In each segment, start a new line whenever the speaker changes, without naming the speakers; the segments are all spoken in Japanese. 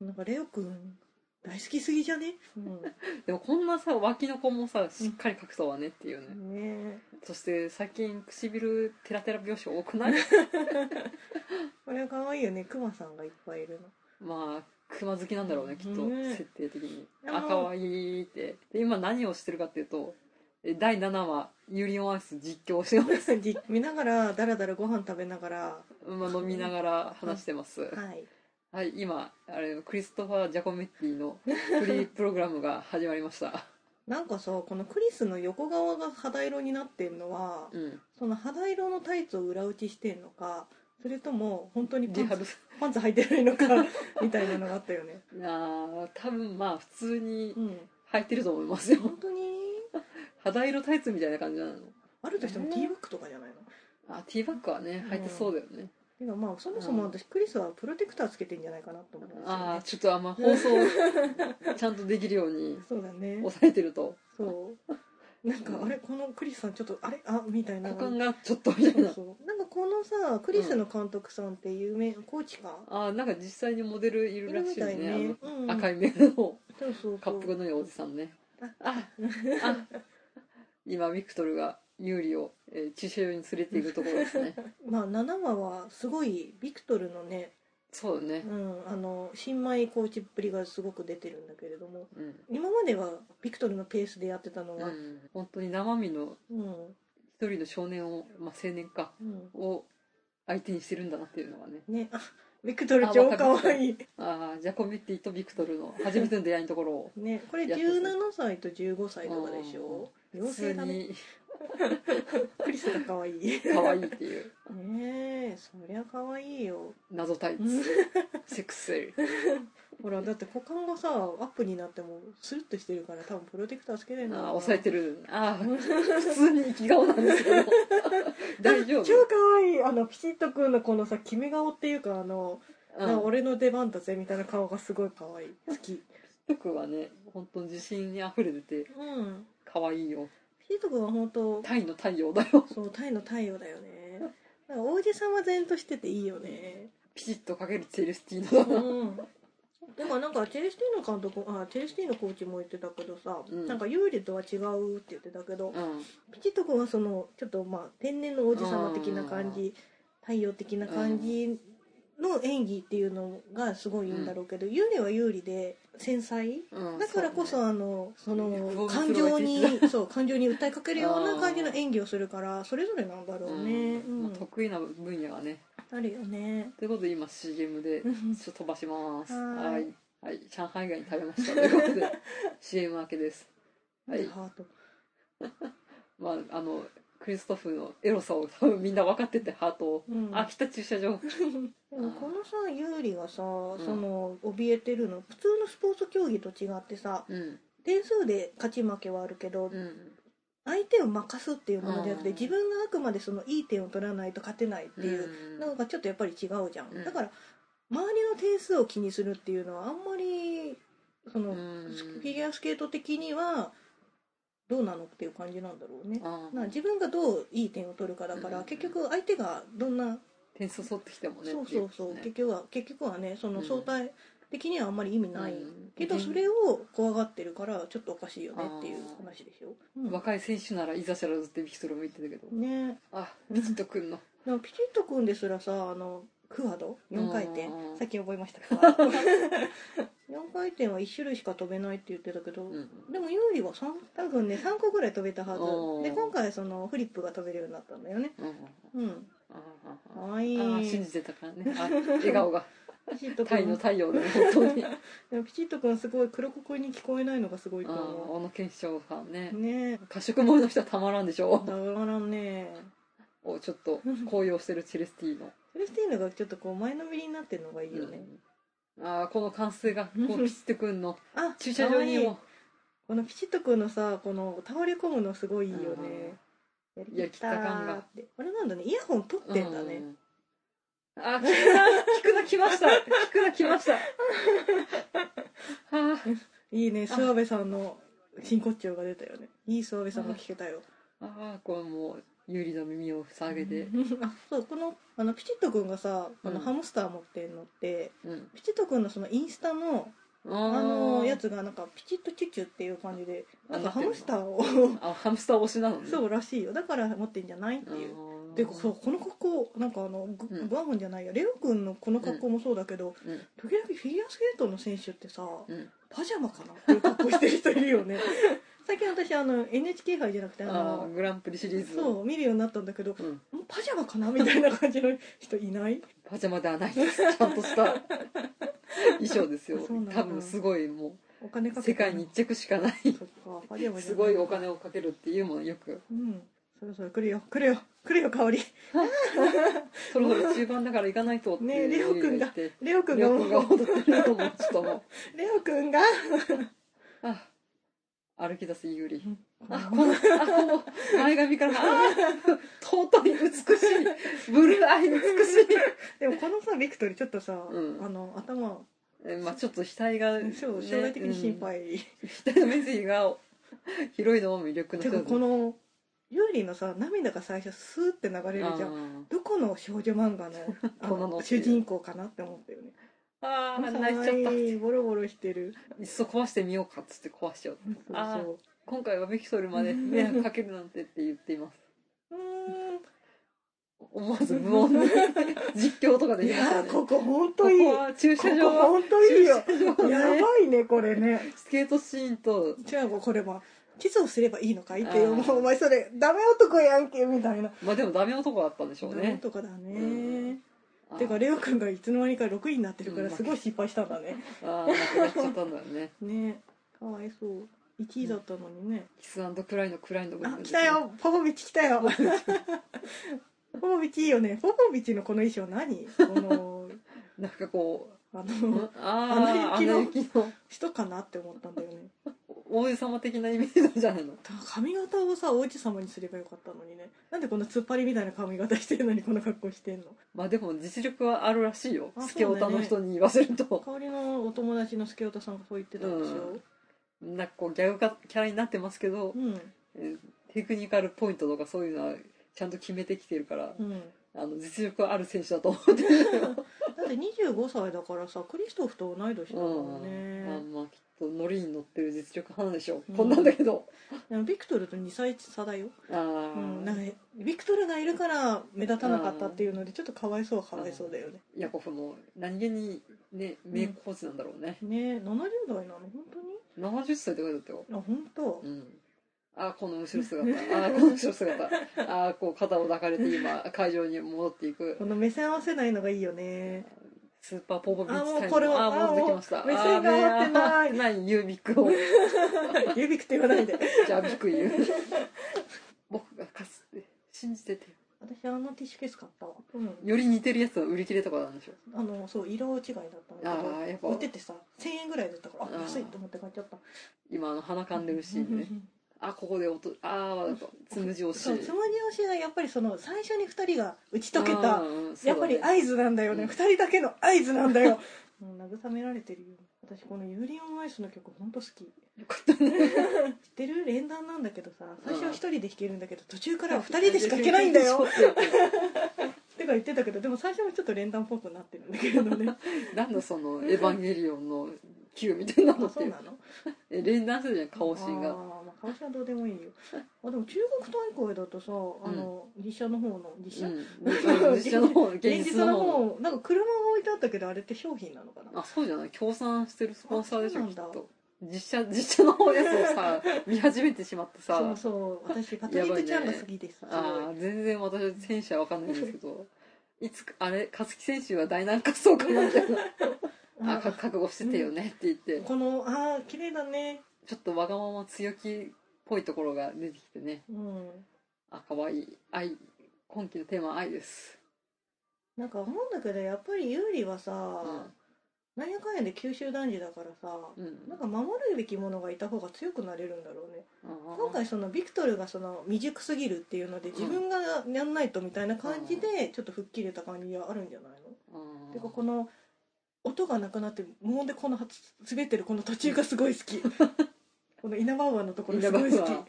なんかレオくん大好きすぎじゃね、
でもこんなさ脇の子もさしっかり隠そうわねっていうね、
うん、ねえ
そして最近唇テラテラ描写多くない
これ可愛いよねクマさんがいっぱいいるの
まあ熊好きなんだろうねきっと、
ね
設定的に
あの
あかわいいってで今何をしてるかっていうとえ第7話ユリオンアイス実況して ま
じ見ながらだらだらご飯食べながら
す、 まあ、飲みながら話してます、
はい
はい、今、あれ、クリストファー・ジャコメッティ のフリープログラムが始まりました。
なんかさこのクリスの横側が肌色になってんのは、
うん。
その肌色のタイツを裏打ちしてんのかそれとも本当にパ
リ
ン
ハ
ツ
ル、
パンツ履いてない のかみたいなのがあったよね
あー多分まあ、普通に
うん
履いてると思いますよ。
本当に
肌色タイツみたいな感じなの。
あるとしてもティーバッグとかじゃないの、
あ、ティーバッグはね、履いてそうだよね。
てかまあそもそも私クリスはプロテクターつけてんじゃないかなと思うんですよ
ああ
ね
ー、ちょっとあんま放 送、ちゃんとできるように
そうだね
抑えてると、
そうなんかあれこのクリスさんちょっとあれあみたいな
股間がちょっとみたい
そう
な。
そうなんかこのさクリスの監督さんって有名、コーチか
あーなんか実際にモデルいる
い
ら
る
し
みた
いね
い。ね、う
あ
ん、
の赤い目の。
そうそう
カ
そ
ップ
う
のいいおじさんね
あ。
あ、あ、今ビクトルがユーリを、えー駐車場に連れて行くところで すね。
まあ7話はすごいビクトルのね、
そうだね
う。ん、あの新米コーチっぷりがすごく出てるんだけれども
うん。
今まではビクトルのペースでやってたの
う
は、
ん、本当に生身の
うん
一人の少年を、まあ、青年か
うん
を相手にしてるんだなっていうのがね
ねあビクトル超かわいい
ああジャコメッティとビクトルの初めての出会いのところを
ねこれ
やってた
17歳と15歳とかでしょ
普
妖
通
精だね
に
クリスがかわいいね
可愛いっていう
えそりゃかわいい よ
謎タイツセックスセル
ほらだって股間がさアップになってもスルッとしてるから多分プロテクターつけてんだろう
あ
な
あ抑えてるああ普通に生き顔なん ですけど大丈夫
超かわいいあのピシッとくんのこのさ決め顔っていうかあの
うん
なんか俺の出番だぜみたいな顔がすごい可愛い好き
ピト君はね本当に自信にあふれてて
うん
可愛いよ
ピート君は本当
タイの太陽だよ
そうタイの太陽だよねなんか王子様然としてていいよね
ピチッとかけるチェルスティーノだな
うんでもなんかチェルスティーノ監督あチェルスティーノコーチも言ってたけどさ、
うん
なんかユーリとは違うって言ってたけど、
うん
ピチッと君はそのちょっとまあ天然の王子様的な感じ太陽的な感じの演技っていうのがすごいいいんだろうけど、ユーリはユーリで繊細
うん
だからこそ
うね
あのその
不穏
感
に
情
震えてい
に そう感情に訴えかけるような感じの演技をするからそれぞれなんだろうね、う
うん
ん
まあ得意な分野がね
あるよね
ということで今 CM でちょっと飛ばします
は
は
ー
いはい上海街に食べましたということ で CM 明けです はい
ハート
まああのクリストフのエロさを多分みんな分かっててハートを
うん
あ来た駐車場
でもこのさユーリがさそ
ん
の怯えてるの普通のスポーツ競技と違ってさ
うん
点数で勝ち負けはあるけど、
うん
相手を任すっていうものじゃなくて
うん
自分があくまでそのいい点を取らないと勝てないっていうなんかちょっとやっぱり違うじゃん、
うん
だから周りの点数を気にするっていうのはあんまりその、
うん
フィギュアスケート的にはどうなのっていう感じなんだろうね
あー
な自分がどういい点を取るかだから、
うん
結局相手がどんな、
点数取ってきてもね
そう
ってい
そうそう、
ね
結局は結局はねその
うん
相対的にはあんまり意味ない、
うん
けどそれを怖がってるからちょっとおかしいよねっていう
あー
話でしょ、うん
若い選手ならいざ知らずってビクトルも言ってたけど、
ね
あビキッとくんの
でもピチッと組んですらさあのクワド4回転
うん
さっき覚えま したか4回転は1種類しか飛べないって言ってたけど、
うん
でもユーリは3多分ね3個ぐらい飛べたは
うん
ずで今回そのフリップが飛べるようになったんだよね
うん
うん
あー
かわい
あ
い
ー信じてたからねあ笑 顔が
ピチッと
太陽
君
の太陽でね本当 に
でもピチッと君すごい黒子くんに聞こえないのがすごいと
あー
思
小野賢章さんね
うねえ
褐色萌えの人はたまらんでしょ
だからね
をちょっと高揚してるチェレスティーノ
セレスティーヌがちょっとこう前のめりになってるのがいいよね、
うんあーこの 完成がこうピチッとくんの
あ
駐車場に
かわいい
も
このピチッとくんのさこの倒れ込むのすごいいいよね、
やりきった感が
ってあれなんだねイヤホン取ってんだね、
うんあ聞くな聞くな来ました聞くな来 ましたあー
いいね諏訪部さんの真骨頂が出たよねいい諏訪部さんが聞けたよ
あーこれもう有利の耳を塞げて、
あそうこのあのピチットくんがさあの
うん
ハムスター持ってんのって、
うん、
ピチットくんのそのインスタの
あ
あの
ー
やつがなんかピチッとチュチュっていう感じでなんか
あなって
ハ
んの
ムスターを
あハムスター推しなのね
そうらしいよだから持ってんじゃないって
あ
いう。
ー
でそうこの格好なんかあのグ
うん
グアムじゃないやレオくんのこの格好もそうだけど、
うん
時々フィギュアスケートの選手ってさ、
うん
パジャマかなっていう格好してる人いるよ ね最近私あの NHK 杯じゃなくてあ
あ
の
ーグランプリシリーズ
そう見るようになったんだけど
う、ん、
もうパジャマかなみたいな感じの人いない
パジャマではないですちゃんとした 衣装ですよ
そうなんだ
多分すごいも
お金
う
かけ
世
た
界に一着しかない
そっかパジャマじゃな
すごいお金をかけるっていうもんよく
うんそろそろ来るよ来るよ来るよ香り
そろそろ中盤だから行かないとって
ねえレオ君が
言って
レオくん
レ
が
オ
も
君が
う
踊ってると思うちょっとも
レオくんが
うあ歩き出す有利あこ
こ
のあこの前髪からあ尊い美しいブルーアイ美しい
でもこのさビクトリーちょっとさ、
うん
あの頭
えまあちょっと額が、ね、
そう将来的に心配、
うん額の目尻が広いのも魅力の
て
一つ
かこのユーリのさ涙が最初スーって流れるじゃん
ん
どこの少女漫画のあ
こ
の
の
主人公かなって思ったよね
あーあ泣いちゃ
可
っ
愛いボロボロしてる
たいっそ壊してみようかっつって壊しちゃう
そう
あ
そう
今回はビクトルまで 迷惑かけるなんてって言っています
うー
思わず無音 で実況とかで
んい
言いました
や
ね
ーここ本
こ
当いい
こ
こ
は駐
こ
車場は
本当いいよ
駐車場はね
やばいねこれね
スケートシーンと
じゃあもうこれはキスをすればいいのかいっていう
あー
もうお前それダメ男やんけみたいな
まあでもダメ男だったんでしょう
ダメ
ね
男だね、
うん
てかレオくんがいつの間にか6位になってるか
う
ら
ん
すごい失敗したんだね、
ああー亡くなっちゃったんだよね
ねかわいそう1位だったのにね、
キスクライのクライの部
あ
分で
来
す
た
ね
よポポビッチ来たよポポビッチいいよねポポビッチのこの衣装何この
なんかこ
あ
う
の
ああ
ア
ア
ナ
ナ
雪
雪の
人かなって思ったんだよね
王子様的なイメージなんじゃないの
だから髪型をさ王子様にすればよかったのにねなんでこんな突っ張りみたいな髪型してるのにこの格好してんの
まあでも実力はあるらしいよ
あ
スケオタの
そ
人に言わせると
香りのお友達のスケオタさんがそう言ってたんですよ、
なんかこうギャグかキャラになってますけど
うん
えーテクニカルポイントとかそういうのはちゃんと決めてきてるから、
うん、
あの実力はある選手だと思ってるよ、
だって25歳だからさクリストフと同い年だ
う
もん
ん、
ね、
まあまあきっとノリに乗ってる実力派なんでしょう、
うん
こんなんだけど
でもビクトルと2歳差だよ、
あー、
うん、なんかビクトルがいるから目立たなかったっていうのでちょっとかわいそうはかわいそうだよね
ヤコフも何気にね名コーチなんだろうね、
ねえ70代なの本当に
70歳って書いてあったよ、
あ本当
うん、あーこの後 ろ姿あーこの後ろ姿あーこう肩を抱かれて今会場に戻っていく
この目線合わせないのがいいよね
スーパーポポビッチ
あもう
タイム
これは
あー戻ってきました
あーもう目線が合ってない
あーね ないユービックを
指くって言わないで
じゃあビック言う僕が勝つって信じてて
私あのティッシュケース買ったわ、うん、
より似てるやつは売り切れとかなんでしょ
あのそう色違いだったんだけ
ああやっぱ
ど売っててさ1000円ぐらいだったから
あ
あ
ー
安いと思って買っちゃった
今あの鼻かんでるシーンねあここで音ああわざとつむじをし
そうつむじ推しがやっぱりその最初に2人が打ち解けたやっぱり
あ
合図なんだよね、
うん
二2人だけの合図なんだよもう慰められてるよ私このユーリオンアイスの曲ほんと好き知ってる連弾なんだけどさ最初は1人で弾けるんだけど途中からは2人でしか弾けないんだよってか言ってたけどでも最初はちょっと連弾っぽくなってるんだけれどね
なんだその「エヴァンゲリオン」の Q みたいなの
あ
っ
そう
て
なの
え連弾するじゃん顔シ
あ
ーン
ー
が
まあ、顔しはどうでもいいよあでも中国大会だとさあの、実写の方の実写、
うん実写の方現
現
実
実の
の方の
方なんか車が置いてあったけどあれって商品なのかな
あそうじゃない協賛してるスポンサーでしょ
あ
きっ
そうなんだ
と実写実写の方のやつをさ見始めてしまってさ
そうそう私パトリック・ちゃんが好きですすごい
ああ全然私は選手は分かんないんですけど いつかあれ勝木選手は第何滑走かなみたい なあ
あ
か覚悟しててよねって言って
このあー綺麗だね
ちょっとわがまま強気っぽいところが出てきてね
うん
あ可愛い愛今期のテーマは愛です、
なんか思うんだけどやっぱり有利はさ、
うん
なんやかんやで九州男児だからさ
うん、
なんか守るべきものがいた方が強くなれるんだろうね
あー
今回そのビクトルがその未熟すぎるっていうので自分がやんないとみたいな感じでちょっと吹っ切れた感じがあるんじゃないの、
あー
てかこの音がなくなって無音でこの はつ滑ってるこの途中がすごい好きこの稲葉湾のところすごい好き
稲葉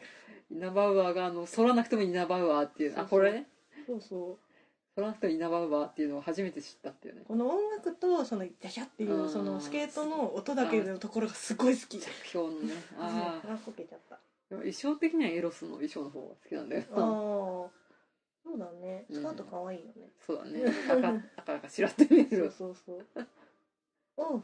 ナバウアーがあの反らなくてもイナバウアーっていう
そう
あ
そう
これね
そうそう
反らなくてもイナバウアーっていうのを初めて知ったっ ていうね
この音楽とその「やや」っていう
あー
そのスケートの音だけのところがすごい好き
着氷のねああ
あこけちゃったあ
でも衣装的にはエロスの衣装の方が好きなんだよ
あそうだねスカート可愛いよね、
そうだね赤赤赤白って見え
そう
る
そうそうおう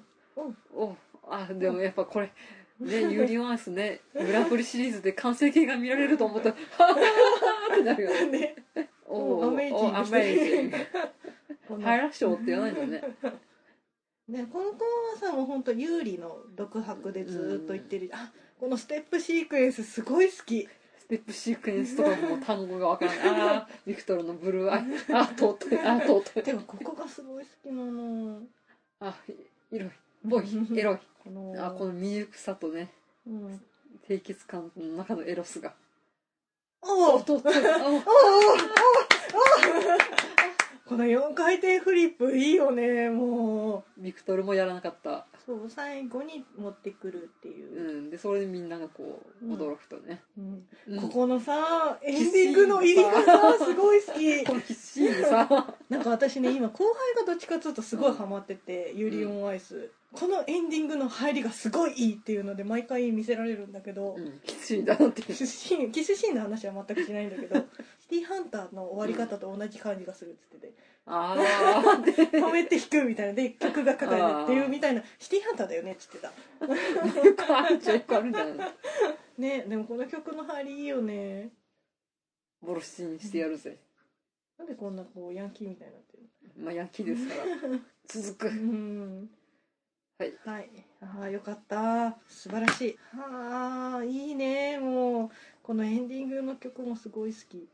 おあでもやっぱこれねユーリオンアイスねグランプリシリーズで完成形が見られると思ったら「はぁってなるよね
ね
おー
アメイジング
おーアメイジング
この
パイラッショーって言わないんだよね
ねこの子はさもう本当有利の独白でずーっと言ってる、あこのステップシークエンスすごい好き
ステップシークエンスとかも単語がわからないああビクトルのブルーアイあー尊いあー尊い
でもここがすごい好きなの
あエロいボイエロい
この
あこの未熟さとね
うん、
清潔感の中のエロスが
お
お
う
尊いあ
この4回転フリップいいよねも
ビクトルもやらなかった
うそう最後に持ってくるって
う
いう、
んでそれでみんながこう驚くとね、
うん
うん
ここのさエンディングの入りがさすごい好き
この必死にさ
なんか私ね今後輩がどっちかっていうとすごいハマってて「ユリオンアイス」このエンディングの入りがすごいいいっていうので毎回見せられるんだけど、
うん必死だなって
キスシーンキスシーンの話は全くしないんだけど「シティーハンター」の終わり方と同じ感じがするっつってて
ああ
「止めて弾く」みたいなで曲がかかるっていうみたいな「シティーハンターだよね」っつってた
よくあるっちゃよくあるんじゃないの
ねでもこの曲の入りいいよね
ボロシにしてやるぜ
なんでこんなこうヤンキーみたいになってるの
まあヤンキーですから続く
うん
はい
はい、ああよかった素晴らしいああいいねもうこのエンディングの曲もすごい好き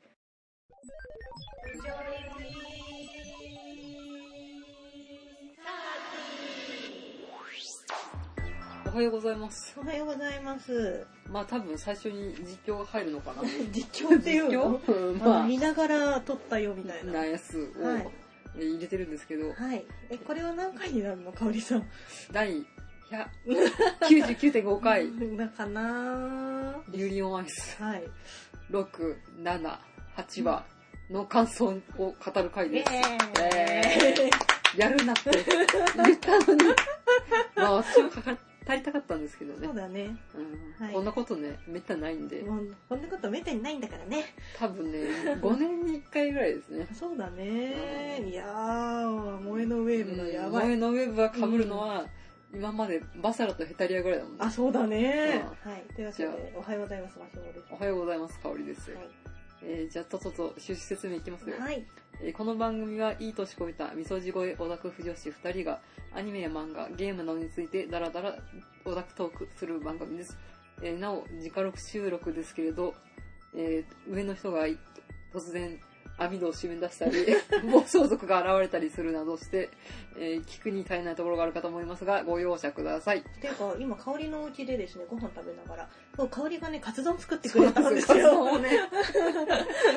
おはようございます
おはようございます
まあ多分最初に実況が入るのかな
実況っていうの
実況うん
あの
ま
見ながら撮ったよみたい
あ
な
ナイスを
はい
え入れてるんですけど、
はいえこれは何回になるのかおりさん
第100 99.5回
だかな
ユリオンアイス
はい
678話の感想を語る回
イエ
です。
ーイ
えやるなって言ったのに。 まあ私もかか足りたかったんですけどね
そう。だね
うん
はい
こんなことね、めったにないんで、
もうこんなことめったにないんだからね
多分ね、5年に1回ぐらいですね。
そうだねいやー萌えのウェーブのやばい
萌えのウェーブが被るのは、今までバサラとヘタリアぐらいだもんね
あ、。そうだね。はい。というわけ
じゃあ
で、おはようございます、マシュマロです。
おはようございます、香りです。
は
えーじゃあ、とっとと趣旨説明いきますよ。
い。はい。
えーこの番組はいい年こいたみそじ声オタク婦女子2人がアニメや漫画ゲームなどについてダラダラオタクトークする番組です、えーなお直録収録ですけれど、えー上の人がい突然網戸を締め出したり 暴走族が現れたりするなどして、えー聞くに足りないところがあるかと思いますがご容赦ください
ていうか、今、香りのお家でですね、ご飯食べながら、そう、香りがね、カツ丼作ってく
そう
れ
な
たん
ん
で
ですす
よ。
よね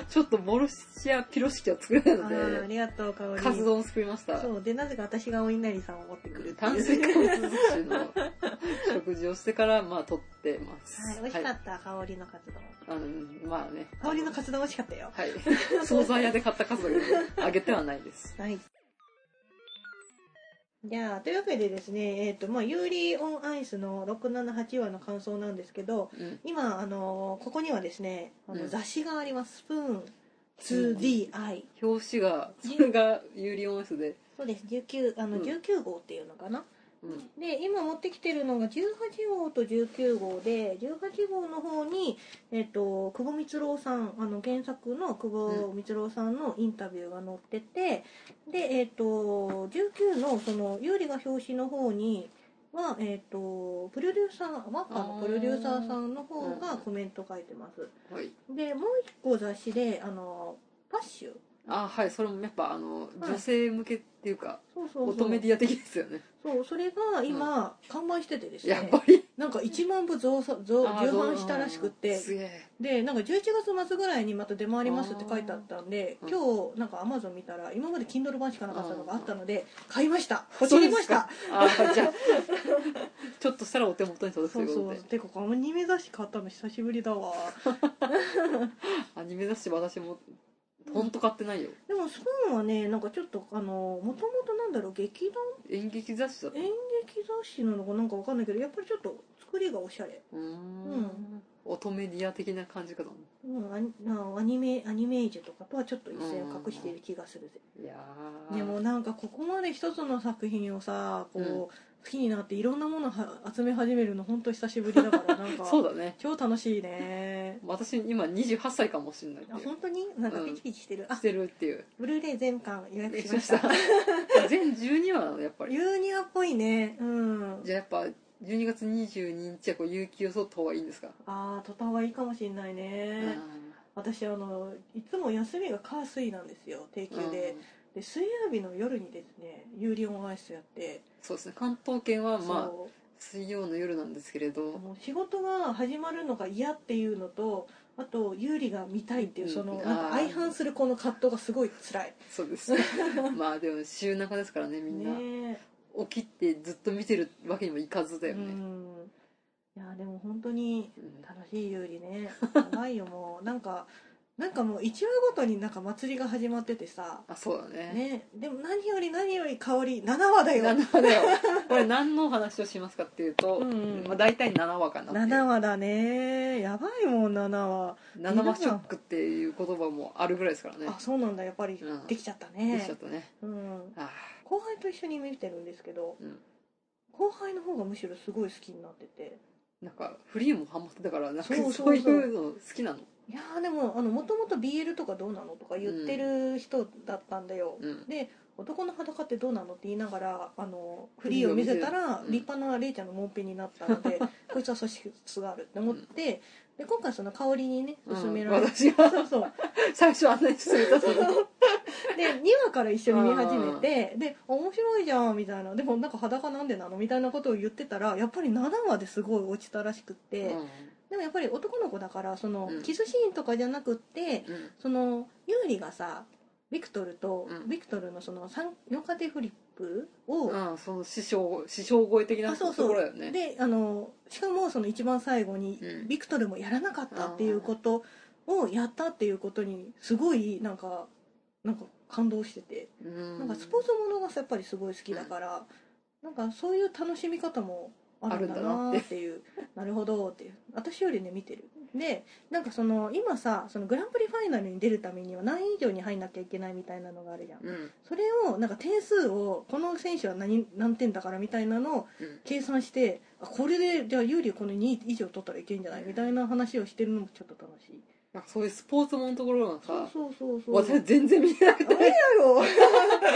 ちょっとボルシアピロシキは作れない
あ
の
ーあ
で
りがとう、香り。
カツ丼を作りました
そう。で、なぜか私がお稲荷さんを持ってくるっていう。
炭水化物尽くしの食事をしてから、まあ、取ってます。
はい。美味しか
はい
った、香りのカツ丼。
あの、まあね。
香りのカツ丼美味しかったよ。
はい。惣菜屋で買った数だけど、あげてはないです。
はい。じゃあ、というわけでですね、えっ、と、まあ、ユーリオンアイスの678話の感想なんですけど、
うん。
今、あのここにはですね、あ
う
の
ん
雑誌があります。スプーン 2DI。
表紙が、それがユーリオン S で、
そうです19あの
うん
19号っていうのかな、
うん。
で今持ってきてるのが18号と19号で18号の方に、えっと久保光郎さんあの原作の久保光郎さんのインタビューが載ってて、で、えっと19のその有利が表紙の方には、えっとプロデューサーワッカーのプロデューサーさんの方がコメント書いてます。
はい。
でもう一個雑誌であのパッシュ
あ、はい。それもやっぱ、あの、女性向けっていうか、
そうそうそ
乙
う
メディア的ですよね。
そうそれが今、完売しててですね
やっぱり。
なんか1万部増産増
あー
重版したらしくって
すげえ。
でなんか11月末ぐらいにまた出回りますって書いてあったんで
あー
今日なんか Amazon 見たら今まで Kindle 版しかなかったのが
あ
あ
ー
ったので買いました欲しりました
あ、じゃあ、ちちょっとしたらお手元に届くと
そ
いうう
そ
こと
うて
で。
かアニメ雑誌買ったの久しぶりだわ
アニメ雑誌私も、ほんと買ってないよ。
でもスプーンはねなんかちょっとあのもともとなんだろう劇団
演劇雑誌だった。
演劇雑誌なのかなんかわかんないけどやっぱりちょっと作りがおしゃれ、
うーん。乙女ディア的な感じかと思
うん、アニなアニメアニメージュとかとはちょっと一線を隠している気がするぜ、
う。いやー。
でもなんかここまで一つの作品をさこう、
うん
好きになっていろんなものは集め始めるの本当久しぶりだからなんか
そうだね。
超楽しい ね
私今28歳かもしれないって
あ
いう。
本当になんかピチピチしてる、あ
してるっていう。
ブルーレイ全巻予約
し
し
ま
ま
し
した た。
全12話なの、やっぱり。
ユーニアっぽいねうん
じゃあやっぱ、12月22日はこう、有給を取った方がいいんですか
ああ途端はいいかもしんないね、私あのいつも休みが火水なんですよ定休
うん
で,、で水曜日の夜にですね有料オンアイスやって
そうですね。関東圏はまあ、
そ
水曜の夜なんですけれど。
うもう仕事が始まるのが嫌っていうのとあと有利が見たいっていうその
うん
なん
あー
か相反するこの葛藤がすごい辛い
そうですまあでも週中ですからねみんな、
ね
起きてずっと見てるわけにもいかずだ
え
よ
う
ね、
んいやでも本当に
うん
楽しい有利ね長いよもう なんかなんかもう一話ごとになんか祭りが始まっててさ
あそうだ
ね
ね
でも何より何より香り7話だよ
7話だよこれ何のお話をしますかっていうと、
うんうん
まあ、大体7話かなっていう
7話だねやばいもん7話、
7話ショックっていう言葉もあるぐらいですからね
あそうなんだやっぱり
うん
できちゃった
でき
ね
ちゃったね
うん、
ああ
後輩と一緒に見てるんですけど
うん
後輩の方がむしろすごい好きになってて
なんかフリーもハマってたからなんか
そ
そうう
そうそう
いうの好きなの
いやーでもあのもともと BL とかどうなのとか言ってる人だったんだよ、
うん
で男の裸ってどうなのって言いながらあのフリーを見せたら
うん
立派なレイちゃんのもんぺになったの で、こいつは素質があるって思って、で今回その香りにね勧められて、
私が
そうそう
最初案内してくれた
そう
のに
で2話から一緒に見始めてで面白いじゃんみたいなでもなんか裸なんでなのみたいなことを言ってたらやっぱり7話ですごい落ちたらしくって、 でもやっぱり男の子だからその、
うん
キスシーンとかじゃなくって
うんうん
そのユーリがさビクトルと、
うん
ビクトルのその三4家庭フリップを、
うん、その師匠師匠超え的な
あそ
と
うそう
ころだよね
であのしかもその一番最後に、
うん
ビクトルもやらなかったっていうことをやったっていうことにすごいなんかなんか感動してて。
な
なんかスポーツものがさやっぱりすごい好きだから、なんかそういう楽しみ方もあるんだなーっていうなるほどっていう私よりね見てるでなんかその今さそのグランプリファイナルに出るためには何位以上に入んなきゃいけないみたいなのがあるじゃん
うん
それをなんか点数をこの選手は何何点だからみたいなのを
うん
計算してあこれでじゃあ有利この2位以上取ったらいけんじゃないみたいな話をしてるのもちょっと楽しい
なんかそういうスポーツものところが
そう
さ
そうそうそう
私全然見えなくて
ダメだよ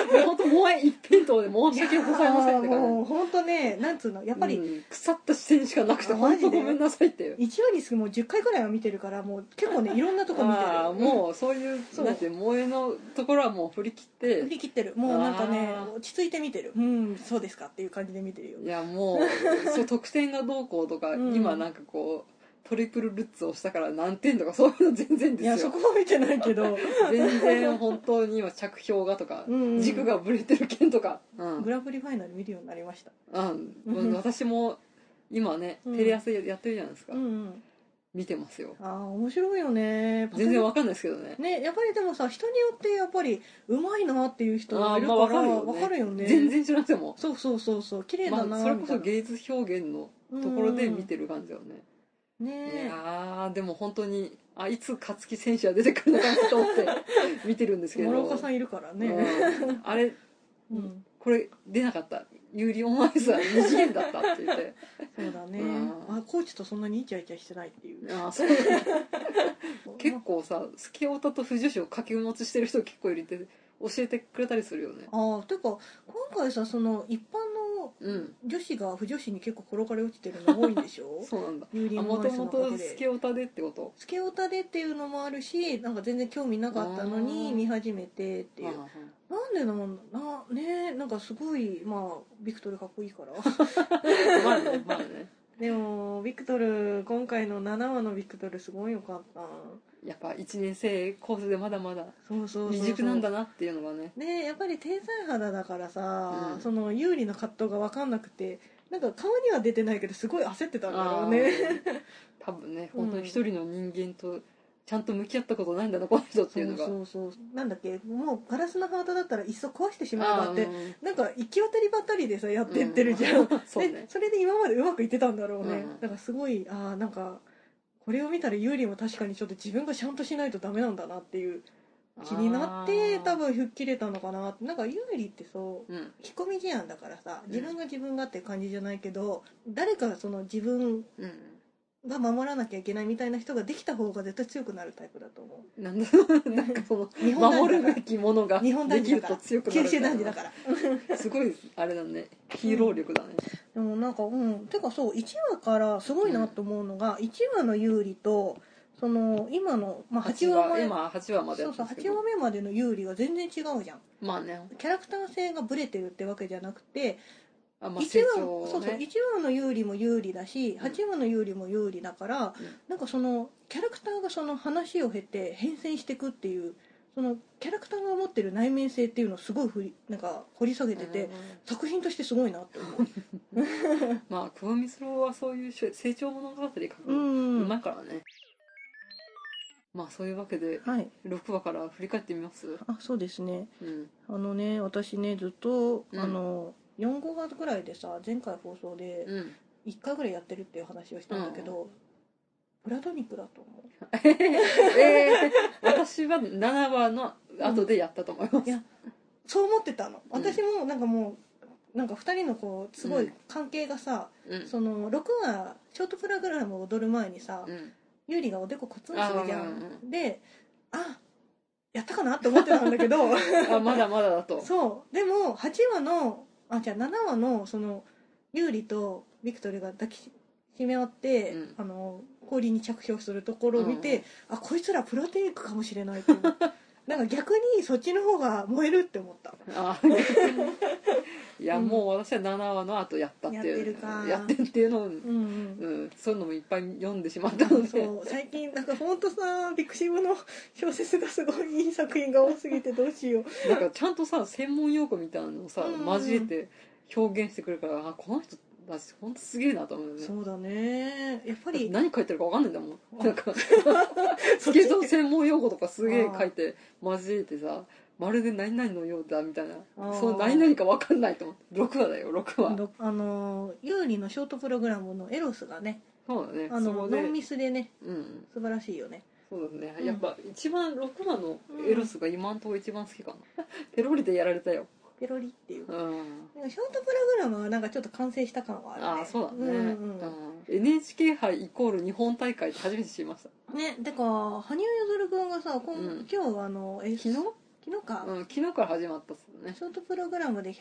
もう本当もう一辺倒で申
い
し
や
訳ございませんって
ー
感じ
もう本当ねなんつうのやっぱり
うん腐った視点しかなくて
あ
本当
マジで
ごめんなさいっていう
一話につきもう10回ぐらいは見てるからもう結構ねいろんなとこ見てる
ああもうそういう
そう
なんて萌えのところはもう振り切って
振り切ってるもうなんかね
あー
落ち着いて見てるうんそうですかっていう感じで見 てるよ
いやもうそう得点がどうこうとか
うん
今なんかこうトリプルルッツをしたから何点とかそういうの全然
い
で
や
す
そ
よ
こは見てないけど
全然本当に今着氷がとか
うんうん
軸がぶれてる件とかうん
グランプリファイナル見るようになりました
うん、私も今ね
うん
テレ朝やってるじゃないですか、
うんうん
見てますよ
ああ面白いよね
全然わかんないですけどね
ねやっぱりでもさ人によってやっぱりうまいなっていう人が
あ
いるか
ーま
ら
あわかるよね
わかるよね
全然知らなくても、
そうそうそうそう綺麗だ
ま
な
あ、それこ
みたい
そ
な
芸術表現のところで見てる感じだよね、
うん
い
ね
やーでも本当にあいつ勝木選手が出てくるのかなと 思って見てるんですけど
諸岡さんいるからね
うんあれ
うん
これ出なかった有利オンアイスは二次元だったって言って
そうだね
うん
あコーチとそんなにイチャイチャしてないっていう
あーそうなんだ結構さスケオタと不女子を掛け持ちしてる人結構いるって教えてくれたりするよね
ああてか今回さその一般の
うん
女子が不女子に結構転がり落ちてるの多いんでし ょ
そうなんだ
ユーリン
も
マ
と
イスの
も
おか
と
げ
ス
で
ケオタでってこと
つけおたでっていうのもあるしなんか全然興味なかったのに
うん
見始めてっていう
あ
なんでなんだなねえなんかすごいまあビクトルかっこいいから
あまあねまあね
でもビクトル今回の7話のビクトルすごいよかった
やっぱ1年生コースでまだまだ
そうそうそう
未熟なんだなっていうのがね
ねえやっぱり天才肌だからさ、
うん
その有利の葛藤が分かんなくてなんか顔には出てないけどすごい焦ってたんだろうね
あー多分ね本当に一人の人間とちゃんと向き合ったことないんだなこの人っていうのが
そうそうそうなんだっけもうガラスのハートだったらいっそ壊してしまえばって
あーうん
なんか行き当たりばったりでさやってってるじゃん、
うん そう
で
ね
それで今までうまくいってたんだろうね、
うん
だからすごいああなんかこれを見たらユーリも確かにちょっと自分がちゃんとしないとダメなんだなっていう気になって
あー
多分吹っ切れたのかななんかユーリってそう
うん
引っ込み思案だからさ
うん
自分が自分がって感じじゃないけど、誰かその自分
うん
が守らなきゃいけないみたいな人ができた方が絶対強くなるタイプだと思
なんだなんかその
う日本男
守
児
る
だ
べきものが
日本男児
でき
だ
る
か
と
ら
強くなる
九州男児だからら
すごいあれだねヒーロー力だね
でもなんかうんてかそう1話からすごいなと思うのが、1話の有利とその今の、まあ、8
8
話
話
前
今8話まで
そ
や
う
っ
そ
た
うん
ですけ
8
ど
話目までの有利が全然違うじゃん
まあね
キャラクター性がブレてるってわけじゃなくて、
あまあ
一
成
話
長を
そうそう
ね
一話の有利も有利だし
ん
8話の有利も有利だから、
ん
なんかそのキャラクターがその話を経て変遷していくっていうそのキャラクターが持ってる内面性っていうのをすごいふりなんか掘り下げてて、
うん
作品としてすごいなって思う。
まあ久保美スロはそういうし成長物語書 く
う
うんまいからねまあそういうわけで
はい、
6話から振り返ってみます
あそうですね
うん
あのね私ねずっと、
うん
あの4号月ぐらいでさ前回放送で
うん
1回ぐらいやってるっていう話をしたんだけど、プラトニックだと思う
えー、私は7話の後でやったと思います、
いやそう思ってたの
うん
私もなんかもうなんか2人のこうすご
う
い
ん
関係がさ、
うん
その6話ショートプログラムを踊る前にさ、
うん
ユーリがおでこコツンするじゃ
あーうんん、
であやったかなって思ってたんだけ ど
あまだまだだと
そうでも8話のあじゃあ7話のそのユーリとビクトルが抱きしめ合って、
うん
あの氷に着氷するところを見て、あこいつらプロテインクかもしれないって思うなんか逆にそっちの方が燃えるって思った
あ逆にいや、
うん
もう私は7話の後やったっていう
やってるか
やってるっていうのを、う
う
ん
んうん
そういうのもいっぱい読んでしまったので
そう最近なんか本当さビクシブの小説がすごいいい作品が多すぎてどうしよう
なんかちゃんとさ専門用語みたいなのをさ、
うん
交えて表現してくれるからあこの人たち本当すげえなと思うよね
そうだねやっぱり
何書いてるか分かんないんだも
あ
んなんか
そ
ス
っち
ケートの専門用語とかすげえ書いて交えてさまるで何々のようだみたいな
あー
その何々か分かんないと思って6話だよ6話
あの有利のショートプログラムのエロスがね
そうだね
あ
そ
の
こ
ノ
で
ンミスでね
うん
素晴らしいよね
そうだね、
うん
やっぱ一番6話のエロスが今んとこ一番好きかな、 ペロリでやられたよ
ペロリっていう
うん
なんかショートプログラムはなんかちょっと完成した感はあるね
ああそうだね、
うんうん
うん NHK 杯イコール日本大会って初めて知りました
ねてか羽生結弦君がさ今,、
うん
今日あのえ
昨日、
昨日か、
うん、昨日から始まったっすね
ショートプログラムで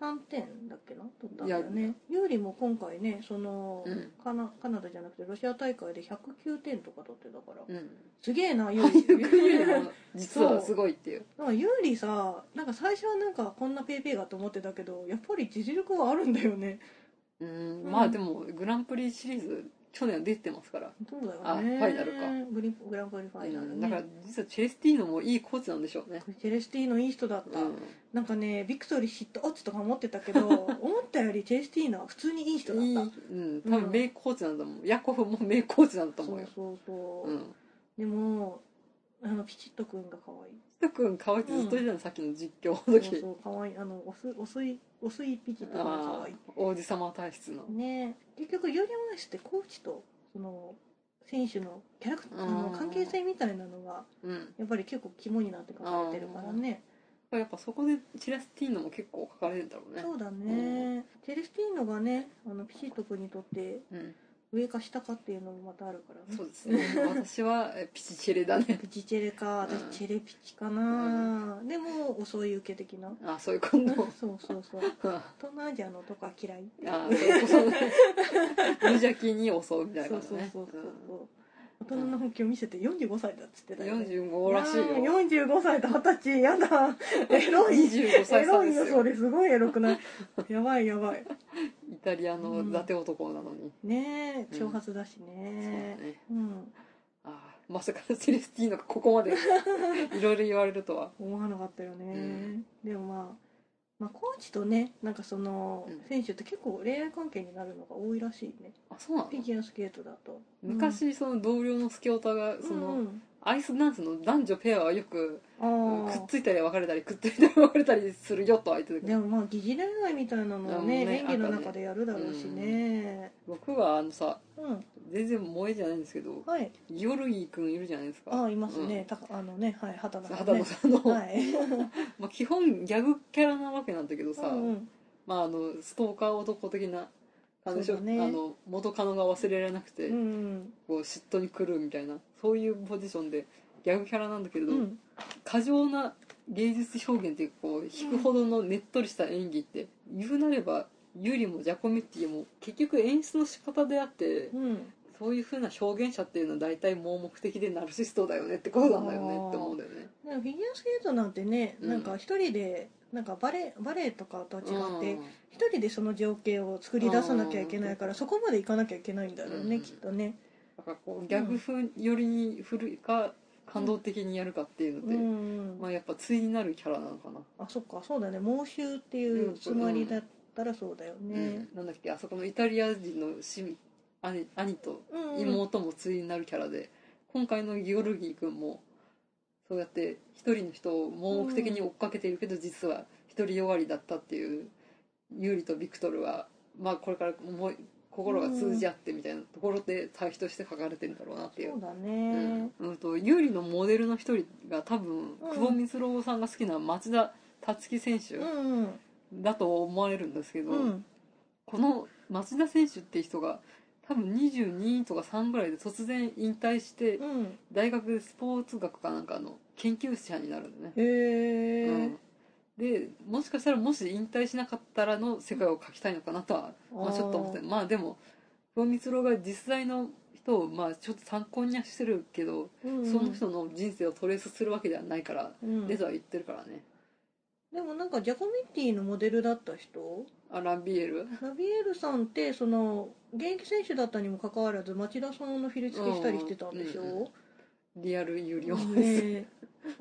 103点だっけな取ったんだよ
いや
ねユーリも今回ねその、
うん
カナカナダじゃなくてロシア大会で109点とか取ってたから、
うん
すげ えなユー
俳優
リ
よりも実はすごいっていう
なんかユーリさなんか最初はなんかこんなペイペイがと思ってたけどやっぱり実力はあるんだよね
うん
うん
まあでもグランプリシリーズ去年は出てますから、
そうだよね
あファイナルか
グリグランプリファイナル
う
ね、
んだから実はチェレスティーノもいいコーチなんでしょうね、
チェレスティーノいい人だっ
う
た、
ん
なんかねビクトリー嫉妬オッツとか思ってたけ ど思ったよりチェレスティーノは普通にいい人だった
いいうん、多分名コーチなんだもん、ヤコフも名コーチなんだと
そ
思うよ
うそうそう、
うん
でもあのピチッとくんが可愛い
ひとくん可愛いってずっと言ってたの、さっきの実況の時
そうそう可愛いあのおすおすいおすいピチッとくんが可
あ
愛い
あ王子様体質の
ねえ結局ユーリオンアイスってコーチとその選手のキャラクター
うん
あの関係性みたいなのが
うん
やっぱり結構肝になって書かれてるからね
やっぱそこでチラスティーノも結構書かれるんだろうね
そうだね、
う
チェレスティーノがねあのピチッとくんにとって
うん
上か下かっていうのもまたあるからね
そうですね私はえピチチェレだね
ピチチェレか私
うん
チェレピチかな、でも遅い受け的な
あそういうこと
そうそうそう
あ
東南アジアのとか嫌い
あそういうことね無邪気に襲うみたい
そう
な感じ
そう
ね
そうそう大人の本気を見せて45歳だっつってたよ、ね、
うん45らしいよ
四十五歳と二十歳や だエロい
25歳
エ
差
ロ
で
い
す
よそ
よ
れすごいエロくない やばいやばい
イタリアの伊達男なのに、
ねえ
う
挑
ん
発だし
そうだ
ね
ね
うん
ああまさかセレスティ ーノがここまでいろいろ言われるとは
思わなかったよね、でもまあまあ、コーチとねなんかその
うん
選手って結構恋愛関係になるのが多いらしいね、
あそうなの
フィギュアスケートだと
昔その同僚のスケオタがその、
うん
アイスダンスの男女ペアはよく
うん
くっ
あ
ついたり別れたりくっついたり別れたりするよと相手
あ
で
でもまあ疑似恋愛みたいなのはね
うんね
演技の中でやるだろうしね
僕はあのさ
うん、
全然萌えじゃないんですけど
はい
ギオルギーくんいるじゃないですか
ああいますね、たかあのねはい畑
うん
野
さ
さん
畑
ね
野さんの、
はい、
まあ、基本ギャグキャラなわけなんだけど さ、
うんうん
まあ、あのストーカー男的な感じでしょ、
そうだね
あの元カノが忘れられなくて、
うん
こう嫉妬に狂うみたいなそういうポジションでギャグキャラなんだけ
う
れど、
ん
過剰な芸術表現っていうかこう引くほどのねっとりした演技って、言うなればユーリもジャコメッティも結局演出の仕方であって、
うん
そういうふうな表現者っていうのは大体盲目的でナルシストだよねってことなんだよねって思うんだよね。
なんかフィギュアスケートなんてね、
うん
なんか一人でなんかバレエバレエとかとは違って
うん
一人でその情景を作り出さなきゃいけないからそこまでいかなきゃいけないんだろうね、
うん
きっとね、
だからこうギャグ風よりに振るか感動的にやるかっていうの
う
で、
ん
まあやっぱ対になるキャラなのかな。
あそっかそうだね妄愁っていう
うん
つまりだったらそうだよね、
うんなんだっけあそこのイタリア人のし兄兄と
うん
妹も対になるキャラで今回のギオルギー君もそうやって一人の人を盲目的に追っかけているけど、実は独りよがりだったっていうユーリとビクトルは、まあ、これから思い心が通じ合ってみたいなところで対比として書かれてるんだろうなっていう
そう。だ
う
ね
ん、うんとユーリのモデルの一人が多分
うん
久保光郎さんが好きな町田達樹選手
うん
だと思われるんですけど、
うん
この町田選手って人が多分22とか3ぐらいで突然引退して
うん
大学でスポーツ学かなんかの研究者になるんだね、
へえ、
うん、でもしかしたらもし引退しなかったらの世界を描きたいのかなとは、まあ、ちょっと思ってまあでも久保光郎が実際の人をまあちょっと参考にはしてるけど、
うん
その人の人生をトレースするわけではないから、
うん
出とは言ってるからね
でもなんかジャコミッティのモデルだった人
あランビエル
ラビエールさんってその現役選手だったにもかかわらず町田さんのフィル付けしたりしてたんでしょ、
うんうんリアルユリオンで
ね
す、
え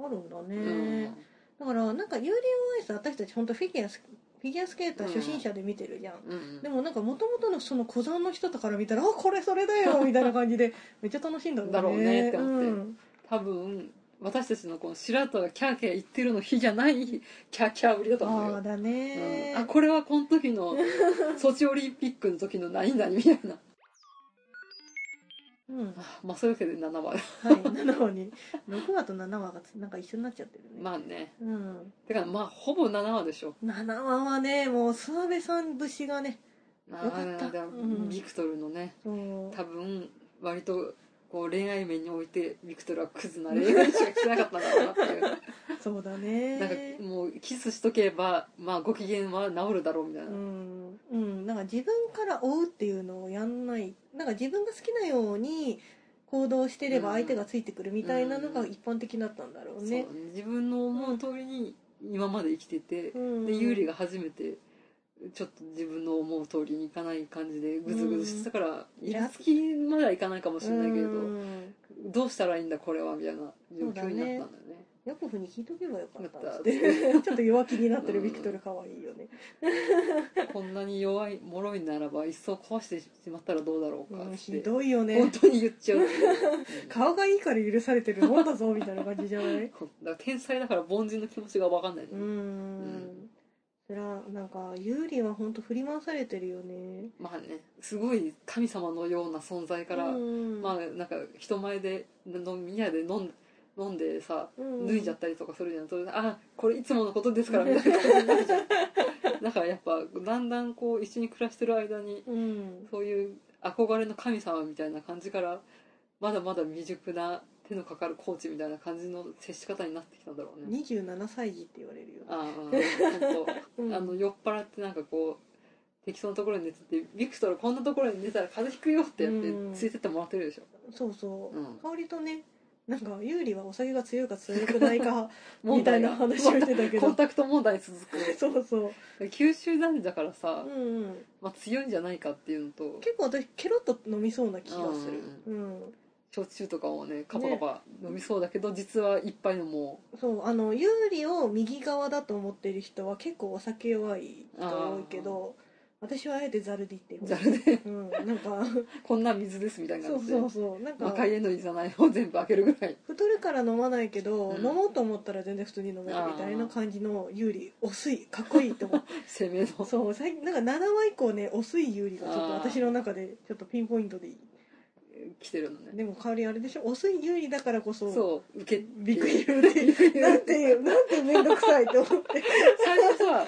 あるんだ
う
ね、
ん
だからなんか有料アイス私たち本当フィギュアスフィギュアスケーター初心者で見てるじゃん、
うん
でもなんか元々のその小山の人とから見たら「あこれそれだ よ」みたいな感じでめっちゃ楽しいんだろうね
だろうねって思って
うん
多分私たちのこの白戸がキャーキャー言ってるの日じゃない キャーキャーぶりだと思う
あ
よ
あだ
う
ね
ん、あこれはこの時の ソチオリンピックの時の何々みたいな
うん
あまあそういうわけで7話
は い7話に6話と7話がなんか一緒になっちゃってるね、
まあね
うん、
てかまあほぼ7話でしょ
7話はねもう諏訪部さん節がね
あ
よかった
ーでも
うん
ビクトルのね
そう
多分割とこう恋愛面においてビクトルはクズな恋愛しかしてなかったんだろうなっ ていう
そうだね
なんかもうキスしとけばまあご機嫌は治るだろうみたいな、
うん、うん、なんか自分から追うっていうのをやんないなんか自分が好きなように行動してれば
うん
相手がついてくるみたいなのが一般的だったんだろう
そう
ね
ね、自分の思う通りに今まで生きてて、
うん
でユーリが初めてちょっと自分の思う通りにいかない感じでグズグズしてたから、
ん
イラつきまではいかないかもしれないけれど、
うん
どうしたらいいんだこれはみたいな状況になったんだよね
ヤコフに聞いとけばよかった
よかった
って ちょっと弱気になってる
うん
ビクトル可愛いよね、
こんなに弱いもろいならば一層壊してしまったらどうだろうか
うん
って、
ひどいよ
本
ね
当に言っちゃうっていう、 うんだか
顔がいいから許されてるもんだぞみたいな感じじゃ ない
ら天才だから凡人の気持ちが分かんないね、
うーんそりゃなんかユーリは本当振り回されてるよね
まあねすごい神様のような存在から、
うん
まあなんか人前で飲み屋で飲ん飲んでさ
うん
脱いじゃったりとかするじゃんそれであこれいつものことですからみたいな感じになるじゃんだからやっぱだんだんこう一緒に暮らしてる間に
うん
そういう憧れの神様みたいな感じからまだまだ未熟な手のかかるコーチみたいな感じの接し方になってきたんだろうね
27歳児って言われるよ
ああ 本
う
当
ん
あの酔っ払ってなんかこう適当なところに寝ててビクトルこんなところに寝たら風邪ひくよってやって
うん
ついてってもらってるでしょ
そうそう、
うん
香りとねなんか有利はお酒が強いか強くない かみ
問
たい
題が
な話をして たけ
コン
ど
タクト問題続く
そう そう、
九州男児だからさ
う、んうん、
まあ、強いんじゃないかっていうのと
結構私ケロッと飲みそうな気がする、うん
焼酎とかをねカパカパ飲みそうだけど、実はいっぱいのも
そうあの有利を右側だと思ってる人は結構お酒弱い人多いけど私はあえてザルで言って
う
る
ざるで
うん、 なんか
こんな水ですみたいな
そ
感
う
じで
そうそうなんか
赤い絵のじゃないを全部開けるぐらい
太るから飲まないけど、
うん
飲もうと思ったら全然普通に飲めるみたいな感じの有利おすいかっこいいと思 って
攻めの
そう最近なんか7話以降ね遅い有利がちょっと
あー
私の中でちょっとピンポイントでいい
来てるのね
でも代わりあれでしょ遅い有利だからこそ
そう受け
ビッグイルでなんていうなんて面倒くさいと思 って、
最初さ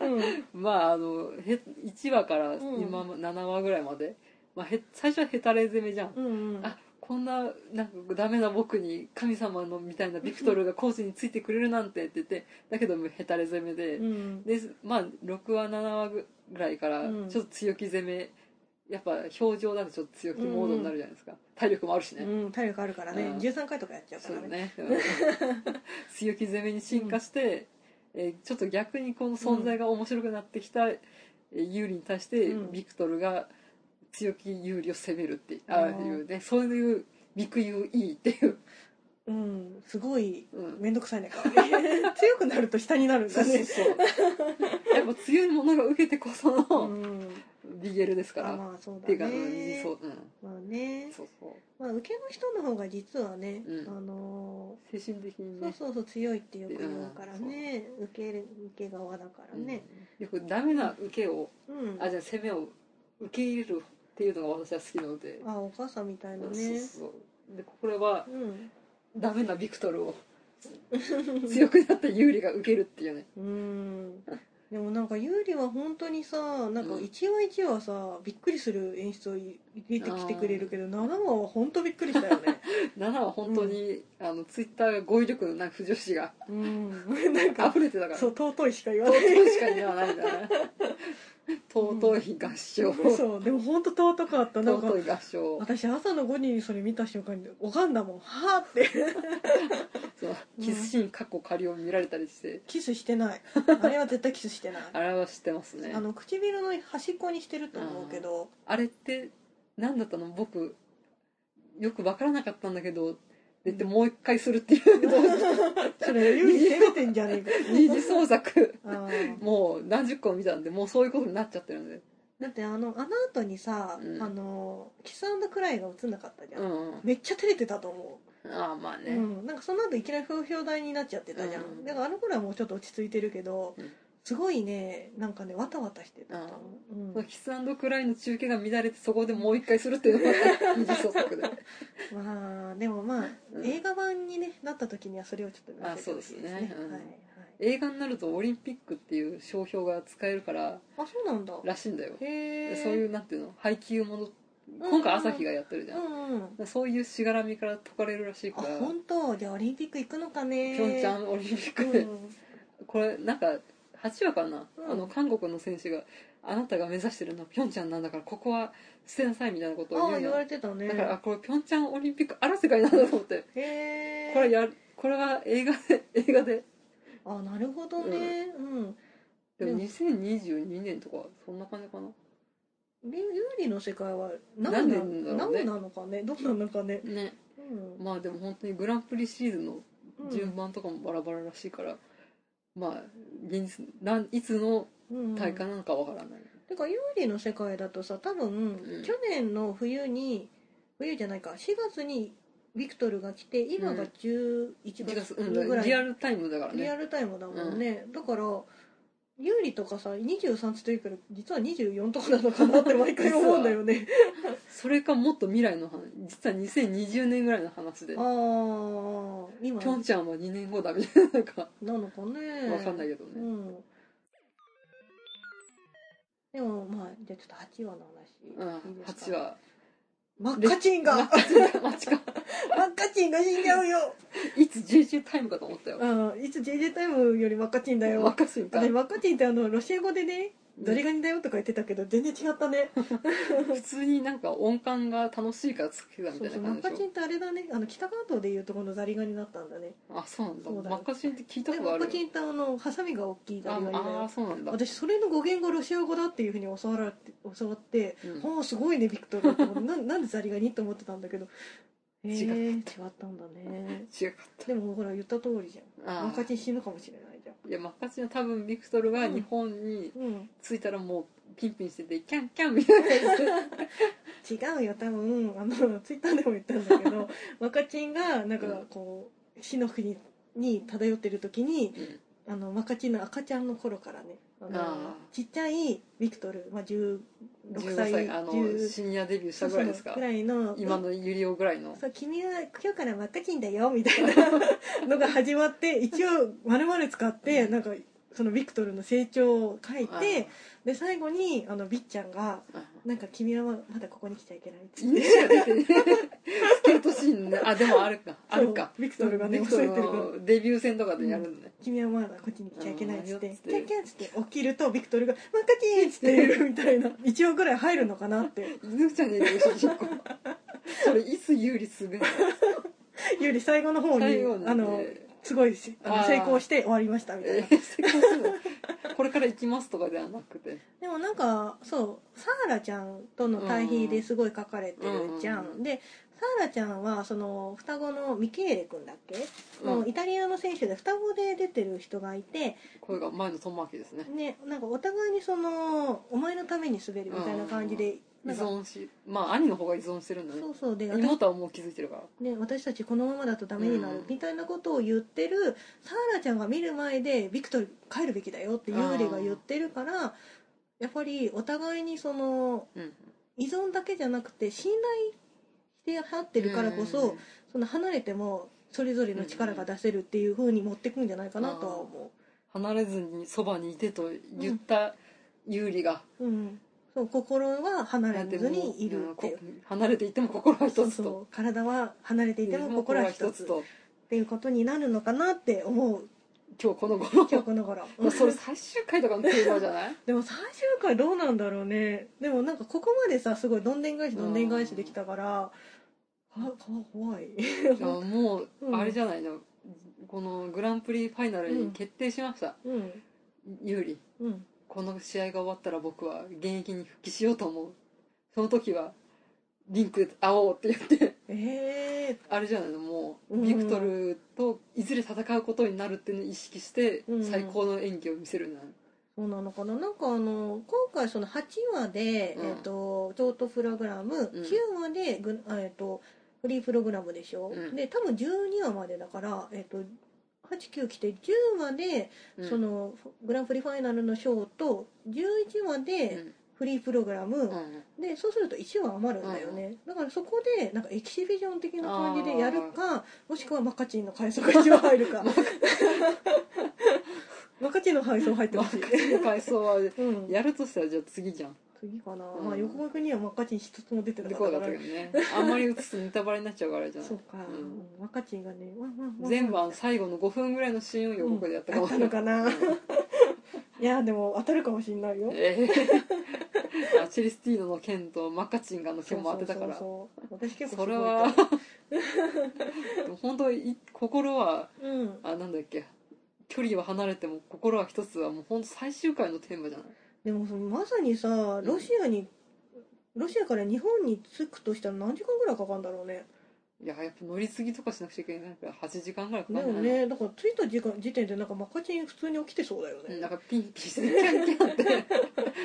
うん、
まああのへ1話から今も7話ぐらいまで、まあ、へ最初はヘタレ攻めじゃん、
うんうん
あこんななんかダメな僕に神様のみたいなビクトルがコーチについてくれるなんてって言ってだけどもヘタレ攻めで、
うん
でまあ6話7話ぐらいから
うん
ちょっと強気攻め、やっぱ表情だとちょっと強気モードになるじゃないですか、体力もあるしね、
うん、体力あるからね、
うん
13回とかやっちゃうか
そう
ら
だ
ね
ね 強気攻めに進化して、えーちょっと逆にこの存在が面白くなってきた、えー有利に対して
うん
ビクトルが強気有利を攻めるって、
あ
ああ
ー
いうねそういうビクユーイーっていう、
うんすごい
うん、
面倒くさいね顔 ね強くなると下になるん
そう
だ
そう
ね
そう やっぱ強いものが受けてこその
ん、
ビゲルです
あ
から、っ
まあそうだ
て
ね
いうか、うん、そう,、う
まあね
ん、そうそう
まあ受けの人の方が実はね、
うん
あの
精神的に
ー
ね
そうそうそう強いってよく言うからね、受ける受け側だからね
うんよくダメな受けを、
うん、
あじゃあ攻めを受け入れるっていうのが私は好きなので、
あお母さんみたいな
そう
ね
そうでこれは
うん
ダメなビクトルを強くなった有利が受けるっていうね
うんでもなんか優里は本当にさなんか一話一話さびっくりする演出を入れてきてくれるけど7話は本当びっくりしたよ ね
7は本当に、あのツイッターが語彙力のない不女子が
うんなんか
溢れてたから
そう
尊
尊いしか言わない
いしか言わないんだね尊い合唱、
そうでも本当尊かったなんか
尊い合唱
私朝の5時にそれ見た瞬間に拝んだもんはあって
そのキスシーンかっこ仮を見られたりして
キスしてないあれは絶対キスしてない
あれは知ってますね
あの唇の端っこにしてると思うけど
あれって何だったの僕よく分からなかったんだけどって言ってもう一回するっていう のを
それ優里攻めてんじゃね
二
え
次創作
かあー
もう何十個も見たんでもうそういうことになっちゃってるんで
だってあのあの後にさ、
うん
あのキスクライが映んなかったじゃん、
うん
めっちゃ照れてたと思
ああまあ
う、
ね、
うん、なんかその後いきなり風評台になっちゃってたじゃん、
うん
だからあの頃はもうちょっと落ち着いてるけど、
うん
すごいねなんかねわたわたしてたと思う、うん
そのキスクライの中継が乱れてそこでもう一回するっていうのが 二次創作で
まあでもまあ、
うん
映画版に、ね、なった時にはそれをちょっと見せてほしいですね
あそうですねうん
はいはい、
映画になるとオリンピックっていう商標が使えるから
あそうなんだ
らしいんだよ
へえ
そういううなんていうの配給もの
ん
今回朝日がやってるじゃん、
んうん
そういうしがらみから解かれるらしい
あ
から
本当じゃあオリンピック行くのかね
ピョンチャンオリンピッ ク
う
で、
ん
これなんか8話かな、
うん
あの韓国の選手があなたが目指してるのはピョンチャンなんだからここは捨てなさいみたいなこと
ああ
を言うの
言われてたね
だからあこれピョンチャンオリンピックあら世界なんだと思って
へえ
これやこれは映画で 映画で
あなるほどねうん、
でも
でも
2022年とかそんな感じかな
で有利の世界は何な
何年だろう
の
ね
何なのかねどうなのかね、
ね
うん
まあでも本当にグランプリシリーズの
うん
順番とかもバラバラらしいから、まあ現実なんいつの
うん
大会なのかわからない、
てか有利の世界だとさ多分、
ん
去年の冬に冬じゃないか4月にビクトルが来て今が
うん
11
1月
月
うん
ぐらい、
リアルタイムだから
リア
ね
ルタイムだもんね、だから有利とかさ23つというけど実は24とかなのかなって毎回思うんだよね
それかもっと未来の話実は2020年ぐらいの話で
ああ今
ピョンチャンは2年後だみたいななんか
なのかね
わかんないけどね、
うんでもまあじゃあちょっと8話の
う
話、いい
ん、
ですか
8話
マッカチン が
マ
マ
ッカチン がマッチか
ッカチンが死んじゃうよ
いつ JJ タイムかと思ったよ
うんいつ JJ タイムよりマッカチンだ
マッ
よ
カチンか
私マッカチンってあのロシア語でね
うん
ザリガニだよとか言ってたけど全然違ったね
普通になんか音感が楽しいからつけたみ
そう
たい
そ
な
うマ
感
ッ
じ
カチン
でし
ってあれだねあの北関東でいうとこのザリガニだったんだね
ょあそうなんだ
そうだ
マッカチンって聞いた
で
こ
マ
とあ
ッ
る
カチンってあのハサミが大きいザ
あ
リガニだ
あー
よ
そうなんだ、
私それの語源がロシア語だっていうふうに教わられて教わって
うん
ああすごいねビクトルって思ってななんでザリガニと思ってたんだけどえー、違ったんだね
違かった
でもほら言った通りじゃん
あ
赤
あ
チ死ぬかもしれないじゃん
いやマッカチンは多分ビクトルが
うん
日本に
うん
着いたらもうピンピンしててキャンキャンみたいな感じで
違うよ多分あのツイッターでも言ったんだけど 若チンがなんかこう死の国に漂ってる時に
うん
あの若チンの赤ちゃんの頃からねあの
あー
ちっちゃいビクトル、まあ、16
15
歳
歳あの
10
シニアデビューしたぐらいですか
そうそうぐらいの
今のユリオぐらいの
そう君は今日から真っ赤金だよみたいなのが始まって一応丸々使ってなんかそのビクトルの成長を書いてで最後にあのビッちゃんが
ああ
「なんか君はまだここに来ちゃいけない」っつって
犬しか出てねスケートシーンねあでもあるかあるか
そうビクトルがね
ビクトル
忘れてるか
のデビュー戦とかでやるのね、
「君はまだこっちに来ちゃいけない」っつって
う
「
ん
キャンキャン」っつって起きるとビクトルが「真っ赤金」っつって言うみたいな一応ぐらい入るのかなって
犬じゃねえよ主人公それいつ有利するの
より最後の方に
最後に、ね、
あのすごいしあの
あー
成功して終わりましたみたい
え
な。
ー成功するのこれから行きますとかではなくて
でもなんかそうサーラちゃんとの対比ですごい書かれてるじゃん、
うんうん
でサーラちゃんはその双子のミケーレ君だっけ、
う
の
ん
イタリアの選手で双子で出てる人がいて
これが前の友明ですね
ねなんかお互いにそのお前のために滑るみたいな感じで、
依
なんか
存しまあ兄の方が依存してるんだね
そうそうで私,、
妹はもう気づいてるから
ね、私たちこのままだとダメにな
う
る
ん
みたいなことを言ってるサーラちゃんが見る前でビクトル帰るべきだよってユーリが言ってるからやっぱりお互いにその
うん
依存だけじゃなくて信頼してはってるからこそ、
うん
その離れてもそれぞれの力が出せるっていう風に持ってくんじゃないかなとは思
離れずにそばにいてと言った有利が、
う、うん、そう心は離れずにいるっていう
う。んこ離れていても心は一つと
そうそう体は離れていても心は一つっ
と
ていうことになるのかなって思う
今日この頃
今日この頃、
まあそれ最終回とかのテーマじゃない
でも最終回どうなんだろうねでもなんかここまでさすごいどんでん返しどんでん返しできたから、あか怖い
いやもう
うん
あれじゃないの、このグランプリファイナルに決定しました、
うん
有利
うん
この試合が終わったら僕は現役に復帰しようと思うその時はリンクで会おうって言って
ええ
あれじゃないのも
う
うんビクトルといずれ戦うことになるっていうのを意識して
うん
最高の演技を見せるんだ、
そうなのかななんかあの今回その8話で、
うん
えっとショートプログラム、
うん
9話でぐあえっとフリープログラムでしょ、
うん
で多分12話までだから、えっと89来て10話で、
うん
そのグランプリファイナルのショーと11話
う
で
ん
フリープログラム、
うん
でそうすると1話余るんだよね、だからそこでなんかエキシビジョン的な感じでやるかもしくはマカチンの配送が1話入るか マカチンの配送入って
マ
ほし
ッ
い
クスの回想は
うん、
やるとしたらじゃあ次じゃん
次かな、
ん
まあ横川君にはマッカチン一つも出てな
で
か
こ
っ
うだ
た
っ
か
た
ら
け どねあんまり映すとネタバレになっちゃうからじゃない
そうか、
ん
うんマッカチンがねワンワンワン
全部あの最後の5分ぐらいのシーンを予告でやったか
あ
も
っ
しれ
た
ない
の、かないやでも当たるかもしんないよ
ええあチェリスティーノの剣とマカチンがの剣も当てたから
そうそうそうそう私結構すご
それ
い
はでも本当い心は
うん
あなんだっけ距離は離れても心は一つはもう本当最終回のテーマじゃない
でもそのまさにさロシアに、ロシアから日本に着くとしたら何時間ぐらいかかるんだろうね
いややっぱ乗り継ぎとかしなくちゃいけないから8時間ぐらいかか
で
る
も
んじゃない
ねだから着いた時間時点でなんかマッカチン普通に起きてそうだよ
うん
ね
なんかピンピンしてキャンキャンって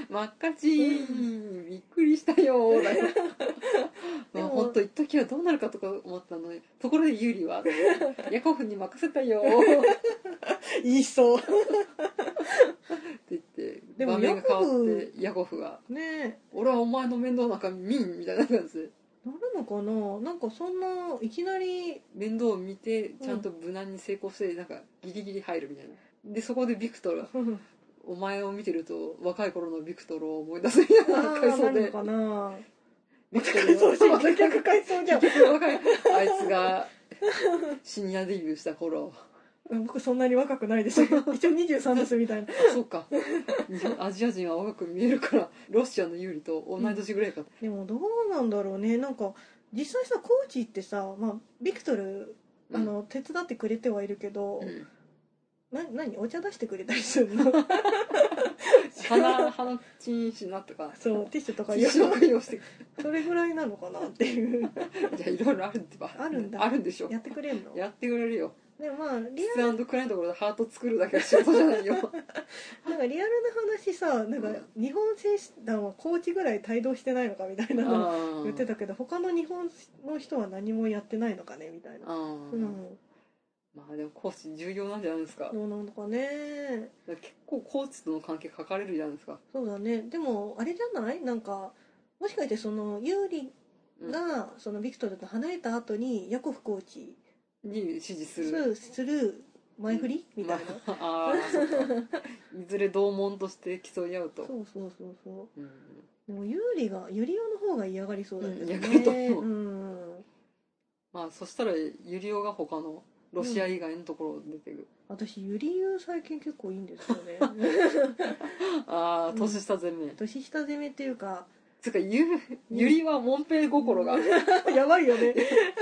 「真っ赤チンびっくりしたよ」だよ
で
まあ
も
本当一時はどうなるかとか思ったのにところでユーリは「ヤコフに任せたよ」
言い そう
って言って
でも
場面が変わっ
ヤ
てヤコフが
ねえ
「俺はお前の面倒なんか見ん」みたいな感じで
なるのかななんかそんないきなり
面倒を見てちゃんと無難に成功してなんかギリギリ入るみたいなでそこでビクトルが「お前を見てると若い頃のビクトルを思い出す」みたい
あ
な回
ーな
想
るの
で
かな
ビクト
回
ル
想シー
を
ン結局回想じゃん
結局若い あいつがシニアデビューした頃
僕そんなに若くない ですよ一応23ですみたいな
あそうか日本アジア人は若く見えるからロシアの有利と同い年ぐらいか、
でもどうなんだろうねなんか実際さコーチってさ、まあ、ビクトルあの、手伝ってくれてはいるけど、
うん
な何お茶出してくれたりするの
知鼻、鼻チンしなとか。
そう。ティッシュとか
一
用
生懸命して
それぐらいなのかなって いう
じゃあいろいろあるってば。
あるんだ
あるんでしょ。
やってくれんの
やってくれるよ。
でもまあリ
質
アル
くらいのところでハート作るだけの仕事じゃないよ。
なんかリアルな話さなんか日本選手団はコーチぐらい帯同してないのかみたいなの
あ
言ってたけど他の日本の人は何もやってないのかねみたいな
あ
う
ー
ん
まあでもコーチ重要なんじゃないですか。だか
どうなのかね
ら結構コーチとの関係書かれるじゃないですか。
そうだねでもあれじゃないなんかもしかしてそのユーリ
うん
がそのビクトルと離れた後にヤコフコーチ
に支持す
す
る。
るする前振りみたいな、
まあ、あーそっかいずれ同門として競い合うと。
そうそうそうそう
うん
でもユーリがユリオの方が嫌がりそうだけどね、
うん嫌がると思う
うん
まあそしたらユリオが他のロシア以外のところ出てくる。
私ユリユ最近結構いいんですよね
ああ
うん
年下攻め。
年下攻めっていう か
つうかゆゆりはもんぺい心が。
やばいよね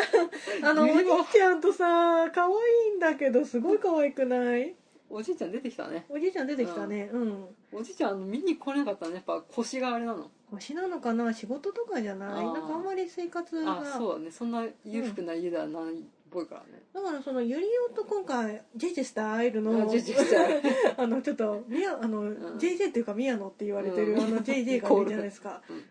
あのお
ユ
兄
リは
ちゃんとさ可愛いんだけどすごい可愛くない
おじいちゃん出てきたね。
おじいちゃん出てきたねうん、
おじいちゃん見に来れなかったね。やっぱ腰があれなの。
星なのかな仕事とかじゃな
あ
い
ー
なんかあんまり生活が
あそうだね。そんな裕福な家ではないっぽいからね。
だからそのユリオと今回ジェジェスタイルの
あジェジェ スタイ
あのちょっとミヤあの、
ん
JJ っていうか宮野って言われてる、
うん
あの JJ がいるじゃないですか
イコール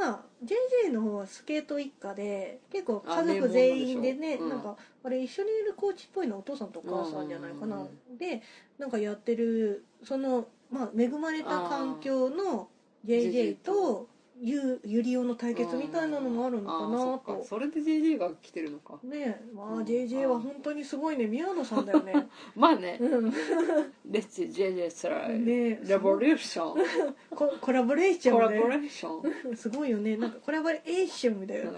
が JJ の方はスケート一家で結構
あ
家族全員でね
名門でしょうん
なんかあれ一緒にいるコーチっぽいのはお父さんとお母さんじゃないかな、
うんうん
でなんかやってるその、まあ、恵まれた環境の JJ とユユリオの対決みたいなのもあるのか
うんあー
な
そっか
と。
それで JJ が来てるのか
ねえ、ま
う
あ
ん
JJ は本当にすごいね宮野さんだよね
まあね
うん
レッチ JJ スライ
ね
レボリューション
ココラボレーシ
コ
ョ
ラ
ン
ボ
ね
レーション
すごいよねなんかコラボレーションみたいな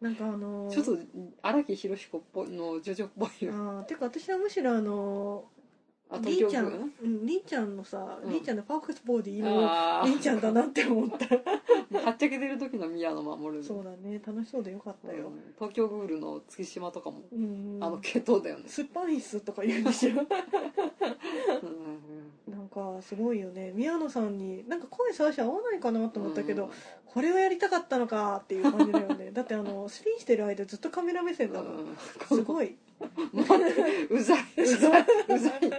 なんかあのー
ちょっと荒木博彦っぽいのジョジョっぽい
あ
よ
ーてか私はむしろあの
あ
ー、りーちゃん、
東京
うん、りーちゃんのさ、
うん
りーちゃんのパーフェクトボディ
区
の
あ
りーちゃんだなって思 った
あはっちゃけてる時の宮野守る
そうだね楽しそうでよかったよ、
東京グールの月島とかも
うん、
あの系統だよね
スパイスとか言うんでし ょ
うん
なんかすごいよね宮野さんになんか声最初合わないかなと思ったけど、
うん
これをやりたかったのかっていう感じだよねだってあのスピンしてる間ずっとカメラ目線だもん、
うん
すごい
待ってうざいうざいうざいっていう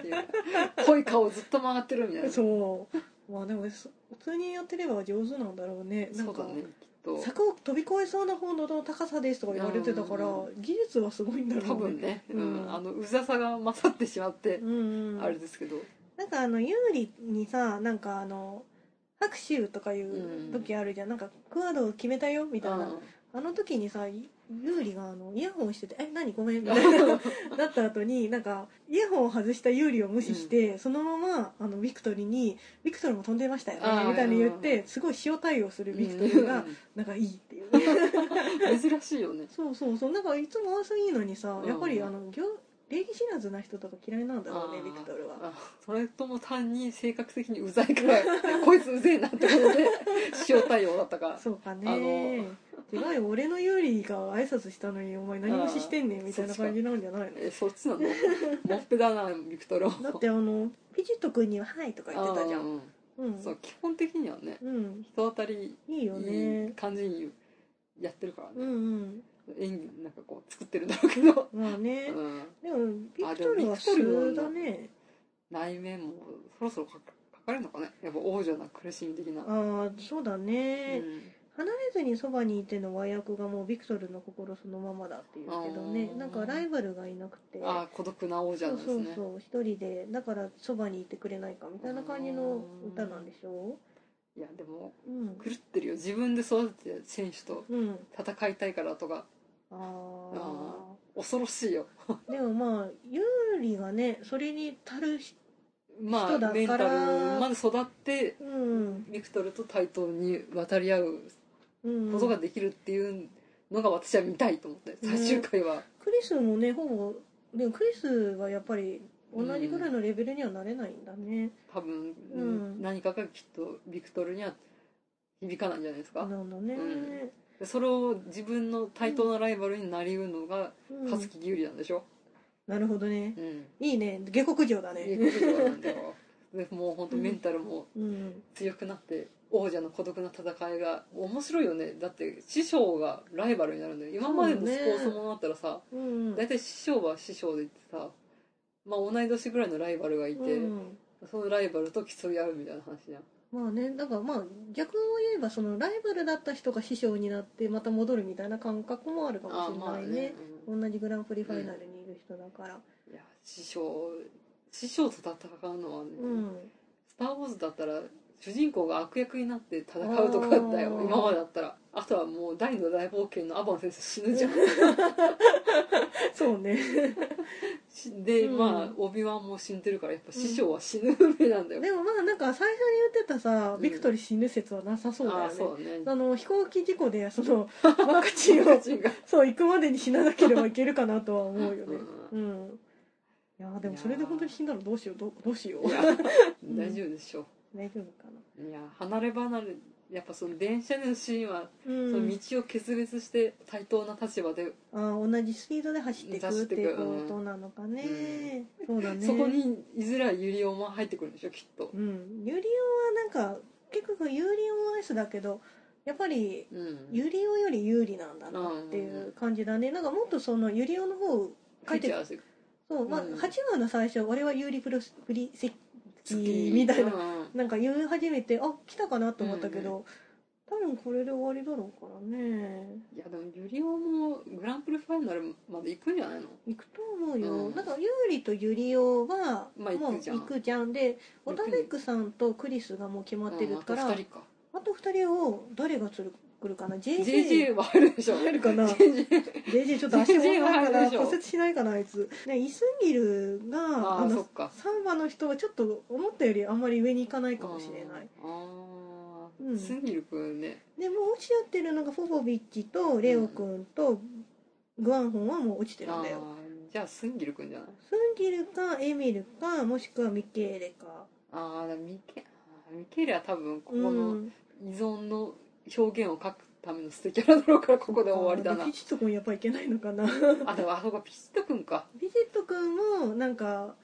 濃い顔ずっと曲がってるみたい な
そうまあでもそ普通にやってれば上手なんだろうねなん
そう
か
だねきっと
坂を飛び越えそうな方の高さですとか言われてたから
う
技術はすごいんだろうね
多分ね、う
うん
ん、あのうざさが勝ってしまって
う、ん、
あれですけど、
なんかあの有利にさなんかあの拍手とかいう時あるじゃん、なんかクアードを決めたよみたいな、あの時にさ有利があのイヤホンしてて「え何ごめん」みたい ななった後になんかイヤホンを外した有利を無視して、そのままあのビクトリに「ビクトルも飛んでましたよ
あ
ね
ー」
みたいに言ってすごい塩対応するビクトルがなんかいいっていうね
うん珍しいよね
そうそうそうなんかいつも朝いいのにさ、
うん
やっぱりあの行礼儀知らずな人とか嫌いなんだろうね
あー
ビクトルは
あそれとも単に性格的にうざいから こいつうぜえなってこと で塩対応だったか
そうかね
あの
違うよ俺の有利が挨拶したのにお前何無視してんねんみたいな感じなんじゃない
えそ っちなのもっぺだなビクトロ
のだってあのピジット君には「はい」とか言ってたじゃん
あ
う、
ーうんそうん基本的にはね
うん、
人当たり
いいよね
いい感じにやってるから
う
ね、
んうん
演技なんかこう作ってるんだろうけど、
まあね、
うん、
でもビクトルは
あでもビクトルは
普通だね
内面もそろそろか書かれるのかねやっぱ王女な苦しみ的な、
ああそうだね、
うん
離れずにそばにいての和訳がもうビクトルの心そのままだっていうけどね
あー
なんかライバルがいなくて
ああ孤独な王女なんですね
そうそうそう一人でだからそばにいてくれないかみたいな感じの歌なんでしょ
いやでも
ううん
狂ってるよ自分で育てて選手と
うん
戦いたいからとか
あ
あ
あ
恐ろしいよ
でもまあ優里がねそれに足るし
ま
人だか
あ
ら
メンタルまで育って
うん
ビクトルと対等に渡り合う
うん
ことができるっていうのが私は見たいと思って最終回は、
クリスもねほぼでもクリスはやっぱり同じぐらいのレベルにはなれないんだね、
多分、
うん
何かがきっとビクトルには響かないんじゃないですか、
なんだね、
でそれを自分の対等なライバルになりうるのが
うん
葉月優里なんでしょ、
なるほどね
うん
いいね下克上だね
いうことなんだよでもう本当メンタルも
うん
強くなって、王者の孤独な戦いが面白いよねだって師匠がライバルになるんだよ今までのスポーツものだったらさ
うん
大体、師匠は師匠でってさ、まあ、同い年ぐらいのライバルがいて、
うん
そのライバルと競い合うみたいな話じゃん
まあねだからまあ逆を言えばそのライバルだった人が師匠になってまた戻るみたいな感覚もあるかもしれないね,、
うん
同じグランプリファイナルにいる人だから
いや師匠師匠と戦うのはね、
うん
スター・ウォーズだったら主人公が悪役になって戦うとかだったよ
あー
今までだったらあとはもう大の大冒険のアバン先生死ぬじゃん
そうね
しで、
うん
まあオビワンも死んでるからやっぱ師匠は死ぬ運命なんだよ、
でもまあなんか最初に言ってたさ
うん
ビクトリー死ぬ説はなさそうだ
あ
よ
あ
ね、
そうだね
あの飛行機事故でそのワクチンを
チンが
そう行くまでに死ななければいけるかなとは思うよね
う
うん、いやーでもそれで本当に死んだらどうしようどうどうしよう
いや
うん
大丈夫でしょ
大丈夫かな
ういや離れ離れやっぱその電車でのシーンは、
うん
その道を決別して対等な立場で、
あー同じスピードで走っていくっていうことなのかね、そうだね
そこにいずれはユリオも入ってくるんでしょきっと、
うんユリオはなんか結局ユリオアイスだけどやっぱり
うん、
ユリオより有利なんだなっていう感じだねなんかもっとそのユリオの方を書いて
フィーチャーして
そう、まあ、
うん
8話の最初俺は有利プロスプリセッキ
月
みたいな
うんうん
なんか言い始めてあ来たかなと思ったけど、多分これで終わりだろうからね
いやでもユリオもグランプリファイナルまで行くんじゃないの
行くと思うよ、
うん
なんかユーリとユリオは
まあ
もう
行くじゃん
行くじゃんで
行
オ
くね
タベックさんとクリスがもう決まってるから、
うん
あ
あと二人か
と2人を誰がつる来るかな JJ
JJ は入るでしょ
入るかな
JJ
JJ ちょっと足重いか
JJ は入るで
ら
しょ
骨折しないかなあいつねイスンギルが
あ
あ
あそ
の
っか
サンバの人はちょっと思ったよりあんまり上に行かないかもしれない
あーあー、
うん
スギルくんね
でもう落ちちゃってるのがフォボビッチとレオ君とグアンホンはもう落ちてるんだよ、
あーじゃあスンギルくんじゃない
スンギルかエミルかもしくはミケーレか
ああミケあーミケーレは多分ここ
う
の
ん
依存の表現を書くための捨てキャラだろうからここで終わりだな
ピチット君やっぱいけないのか な
あでもあそこピチットくんか
ピチット君もなんか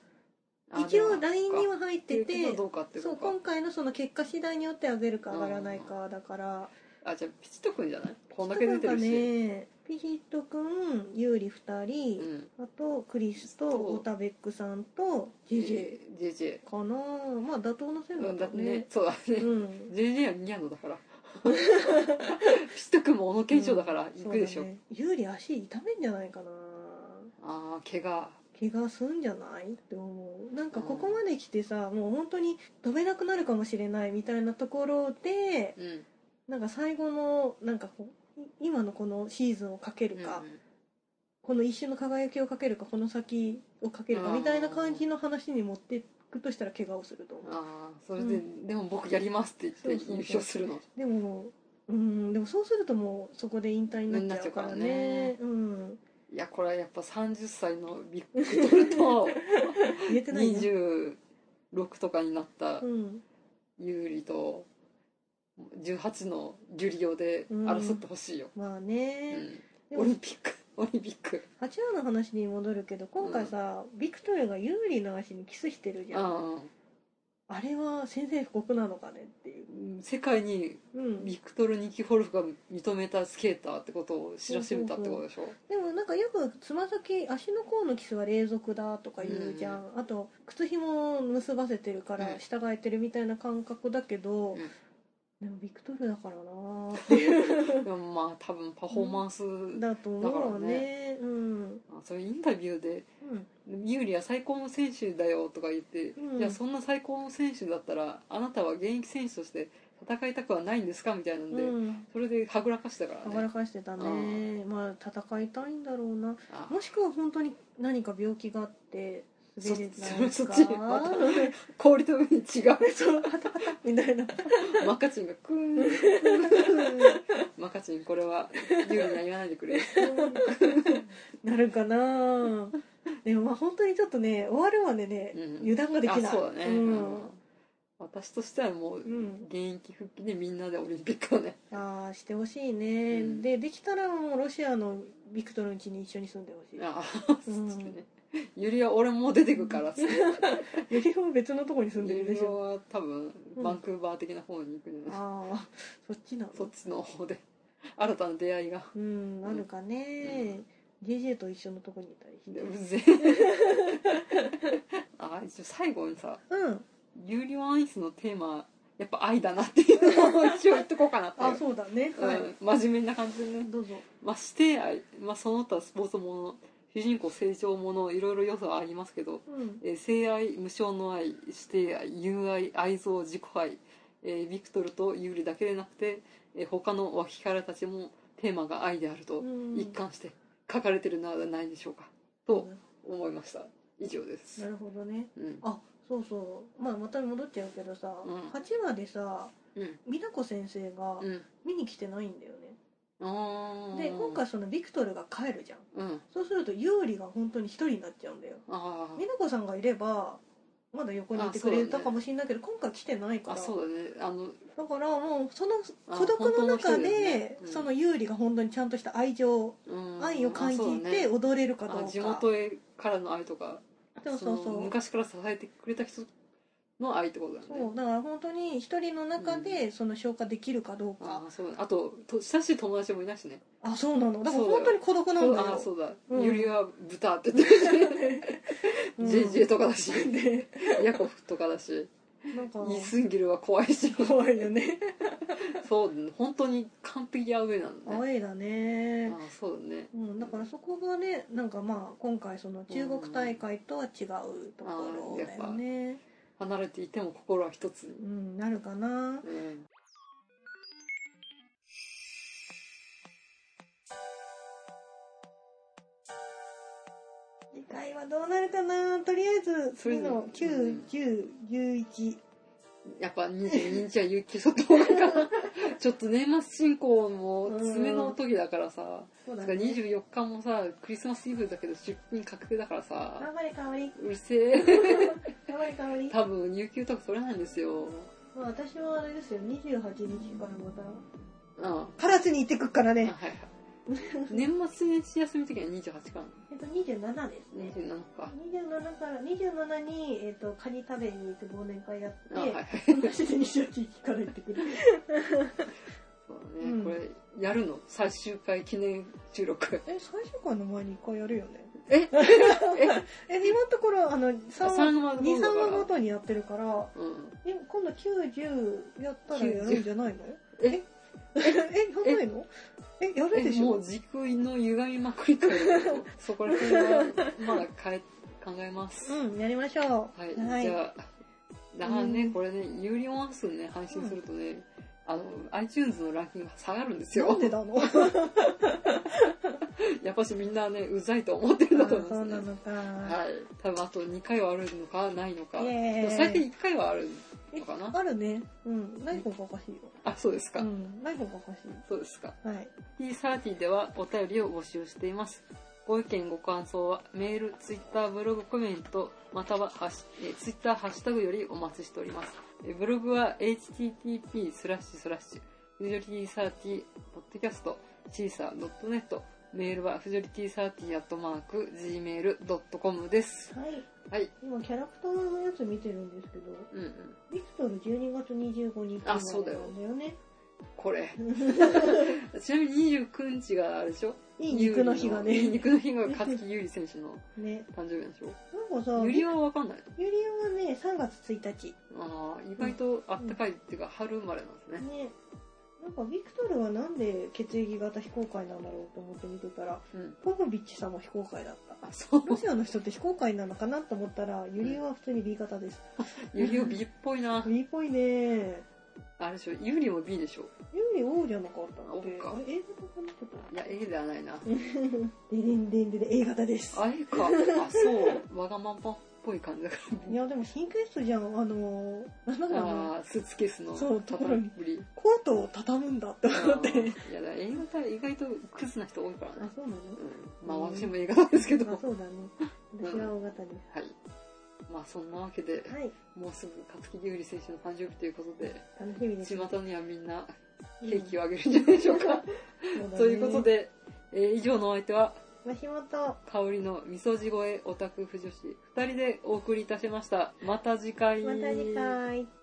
あー
一応
でもあ
LINE には入っ
そ
て
っか
て
いうことどうかっていう
そ
こ
う
とか
今回のその結果次第によって上げるか上がらないかだから
あじゃあピチットくんじゃないこんだけ出てるし、
ねピチット君ユーリ2
う
人、
ん
あとクリスと
そう
オタベックさんと JJ
JJ
かなまあ妥当な線
う
だっ
ん
た
だ
ね,、
ねそうだね、
うん、
JJ はニャノだから ピスト君も小野賢章だから行くでし
そ
ょ、
うだね有利足痛めんじゃないかな
ああ怪我
怪我すんじゃないって思うなんかここまで来てさ、もう本当に飛べなくなるかもしれないみたいなところで
うん
なんか最後のなんかこうい今のこのシーズンをかけるか、
うん
この一瞬の輝きをかけるかこの先をかけるか
あー
みたいな感じの話に持っていくとしたら怪我をすると思う
ああそれで、
う
でも僕やりますって
そ
言
う
っ
そうそ
て
う
優勝するの
でもうんでもそうするともうそこで引退になっちゃうからねうん
いやこれはやっぱ30歳のビッグトル と
言えてないね
26とかになった
うん
ユーリと18のギュリオで争ってほしいよ、
まあ
うん
ね、で
オ
も
リンピック オリンピック
8話の話に戻るけど今回さ、ビクトリアが有利な足にキスしてるじゃんあ
ああ
れは宣戦布告なのかねっていう、
うん世界に
うん、
ビクトル・ニキフォルフが認めたスケーターってことを知らしめたってことでしょ
でもなんかよくつま先足の甲のキスは隷属だとか言うじゃん、あと靴ひもを結ばせてるから
うん
従えてるみたいな感覚だけど、
うん
でもビクトルだからなーっていう
でもまあ多分パフォーマンス、
だと思うわね
だから
うん、うん
あそういうインタビューで「ユーリは最高の選手だよ」とか言って「
うん
いやそんな最高の選手だったらあなたは現役選手として戦いたくはないんですか?」みたいなんで、
うん、
それではぐらかしてたから
暴ら
ね
かしてたねまあ戦いたいんだろうな
あ
もしくは本当に何か病気があって滑れない
そ
と
そ
か
っちまた氷と上に違う
そうはたはたみたいな
マカチンがクーンクーンマカチンこれはユーリには言わないでくれ
なるかなでもまあ本当にちょっとね終わるまでね、
うん
油断ができない
あそうだね、
うん
うん私としてはも
う
う
ん
現役復帰でみんなでオリンピックをね
ああしてほしいね、
うん
でできたらもうロシアのビクトルの家に一緒に住んでほしい
ああ、
うん
そうですねゆりは俺も出てくからっつって
ユリオは別のとこに住んで
ゆ
るで
り
しょ
は多分
うん
バンクーバー的な方に行くんじゃない、
ああそっちなの
そっちの方で 新たな出会いが
うんあるかね、DJ と一緒のとこにいたりして
うぜあ一応最後にさ
うん
「ユーリワンアイス」のテーマやっぱ愛だなっていうのを一応言っとこうかなっていう
あそうだね
う
はい、
ん、真面目な感じでね
どうぞ
まあ、して愛、まあ、その他スポーツもの主人公成長ものいろいろ要素はありますけど、
うん
えー性愛無償の愛指定愛友愛愛憎自己愛、えービクトルとユーリだけでなくて、えー他の脇からたちもテーマが愛であると
うん
一貫して書かれてるのではないでしょうか、と思いました以上です
な、るほどね
うん
あそうそうまあまた戻っちゃうけどさ、
うん
八話でさ
うん
美奈子先生が
うん、
見に来てないんだよね、
あー
で今回そのビクトルが帰るじゃん
うん
そうすると有利が本当に一人になっちゃうんだよ
あ
美奈子さんがいればまだ横にいてくれたかもしれないけど、今回来てない
ー
か
あ
ら
そうだねあの
だからもうその
あ
孤独の中
本当の一人だ
で
ねうん
その有利が本当にちゃんとした愛情、
うん
愛を感じ
あそうだね
て踊れるかどうか、
あ地元へからの愛とか
そうそうそう
の昔から支えてくれた人の愛ってことだよね
そうだから本当に一人の中でその消化できるかどうか
あ、あそうだねあとと親しい友達もいないしね
あそうなのだから
そうだよ
本当に孤独なんだ
ああ
よ
そうだ、
うん
ゆりは豚って言ってるし、
うん
JJ とかだしヤコフとかだし
なんか
イ・スンギルは怖いし
怖いよね
そうだね本当に完璧アウェイなんだね
愛だ
あ
ね
あそうだね
うん、だからそこがねなんかまあ今回その中国大会とは違うところだよね、
離れていても心は一つに、
うん、なるかな
うん
次回はどうなるかなとりあえず
それ
次
ぞれ
の
うん
91011
やっぱ22日は有給取った方 がちょっと年末進行も爪の時だからさ、
そうだ
だから
ね
24日もさクリスマスイブだけど出勤確定だからさ
頑張れかお り
うるせえ
頑張れかおり
多分有給とか取れないんですよ
まあ私はあれですよ28日からまた
うんあ
カラスに行ってくっから
はい
ね
はい年末年始休み時は28かな
えっと27ですね
27か
27から27に、えっとカニ食べに行って忘年会やって
あはいはい
その時に28日から行ってくる
そうだね、
うん
これやるの最終回記念収録
え最終回の前に1回やるよね
ええ
え今のところあの
三
23
話
話
の方だから
23話ごとにやってるから
うん
え今度90やったらやるんじゃないの
え
え やんないのえやるで
え
し
も
ょ
う時空の歪みまくりと いうことそこら辺はまだ変え考えます
うんやりましょう
はい、じゃあ、だからね、これね、有料音数ね、配信するとね、あの、iTunes のランキングが下がるんです
な
よ
ん。でだの
やっぱしみんなね、うざいと思ってるんだと思い
そう
ま
な
すね。
のか、
はい。多分あと2回はあるのか、ないのか。
イエーイ
でも最低1回はあるのかな
あるねうんない方がおかしいよ
あ、そうですか。
うんない方がおかしい
そうですか。
はい
T30 ではお便りを募集しています。ご意見、ご感想はメール、ツイッター、ブログ、コメント、またはハッシュえーツイッター、ハッシュタグよりお待ちしております。えーブログは http スラッシュスラッシュ、フジョリティサーティ、ポッドキャスト、シーサー .net、メールはフジョリティサーティアットマーク、gmail.com です。
はい
はい。
今キャラクターのやつ見てるんですけど
うんうん。
ビクトル12月25日
あそうだよ
なんだよね
これ。 ちなみに29日があれでしょ
いい肉の日が
いい
ね
肉の日が勝木優里選手の
ね
誕生日なんでしょ
なんかさ
ユリはわかんない。
ゆりおはね3月1日
ああ、意外とあったかいっていうか、春生まれなんですね。
ねなんかビクトルはなんで血液型非公開なんだろうと思って見てたら
うん。
ポポビッチさんも非公開だった
あ、そう。
ロシアの人って非公開なのかなと思ったらユリオは普通に B 型です
ユリを B っぽいな。
B っぽいね
あれでしょ、ユリも B でしょ。
ユリ O じゃなかったっけ
O か
あれ A 型かなちょっと
いや、A ではないな。
ででんでんでで A 型です
あ、A か。あ、そう。わがままっぽい感じだか
いやでも神経質じゃんあのー、なんだろ
ら。
うな
ああ、スーツケースの
そうところ
畳み
に
っぷり。
コートを畳むんだって
あ
思って
ーいや、だから A 型意外とクズな人多いから
あ
ね。
そうなの
うん。まあ、私も A 型ですけど。
あ
は
そうだね私は O 型で
い。まあ、そんなわけで、
すはい
もうすぐ勝木優里選手の誕生日ということで、
楽しみです
巷にはみんなケ
うん
ーキをあげるんじゃないでしょうか。
そうだね
ということで、えー以上のお相手は、
マヒモと
香りのみそ地声オタク婦女子2人でお送りいたしましたまた次回
また次回。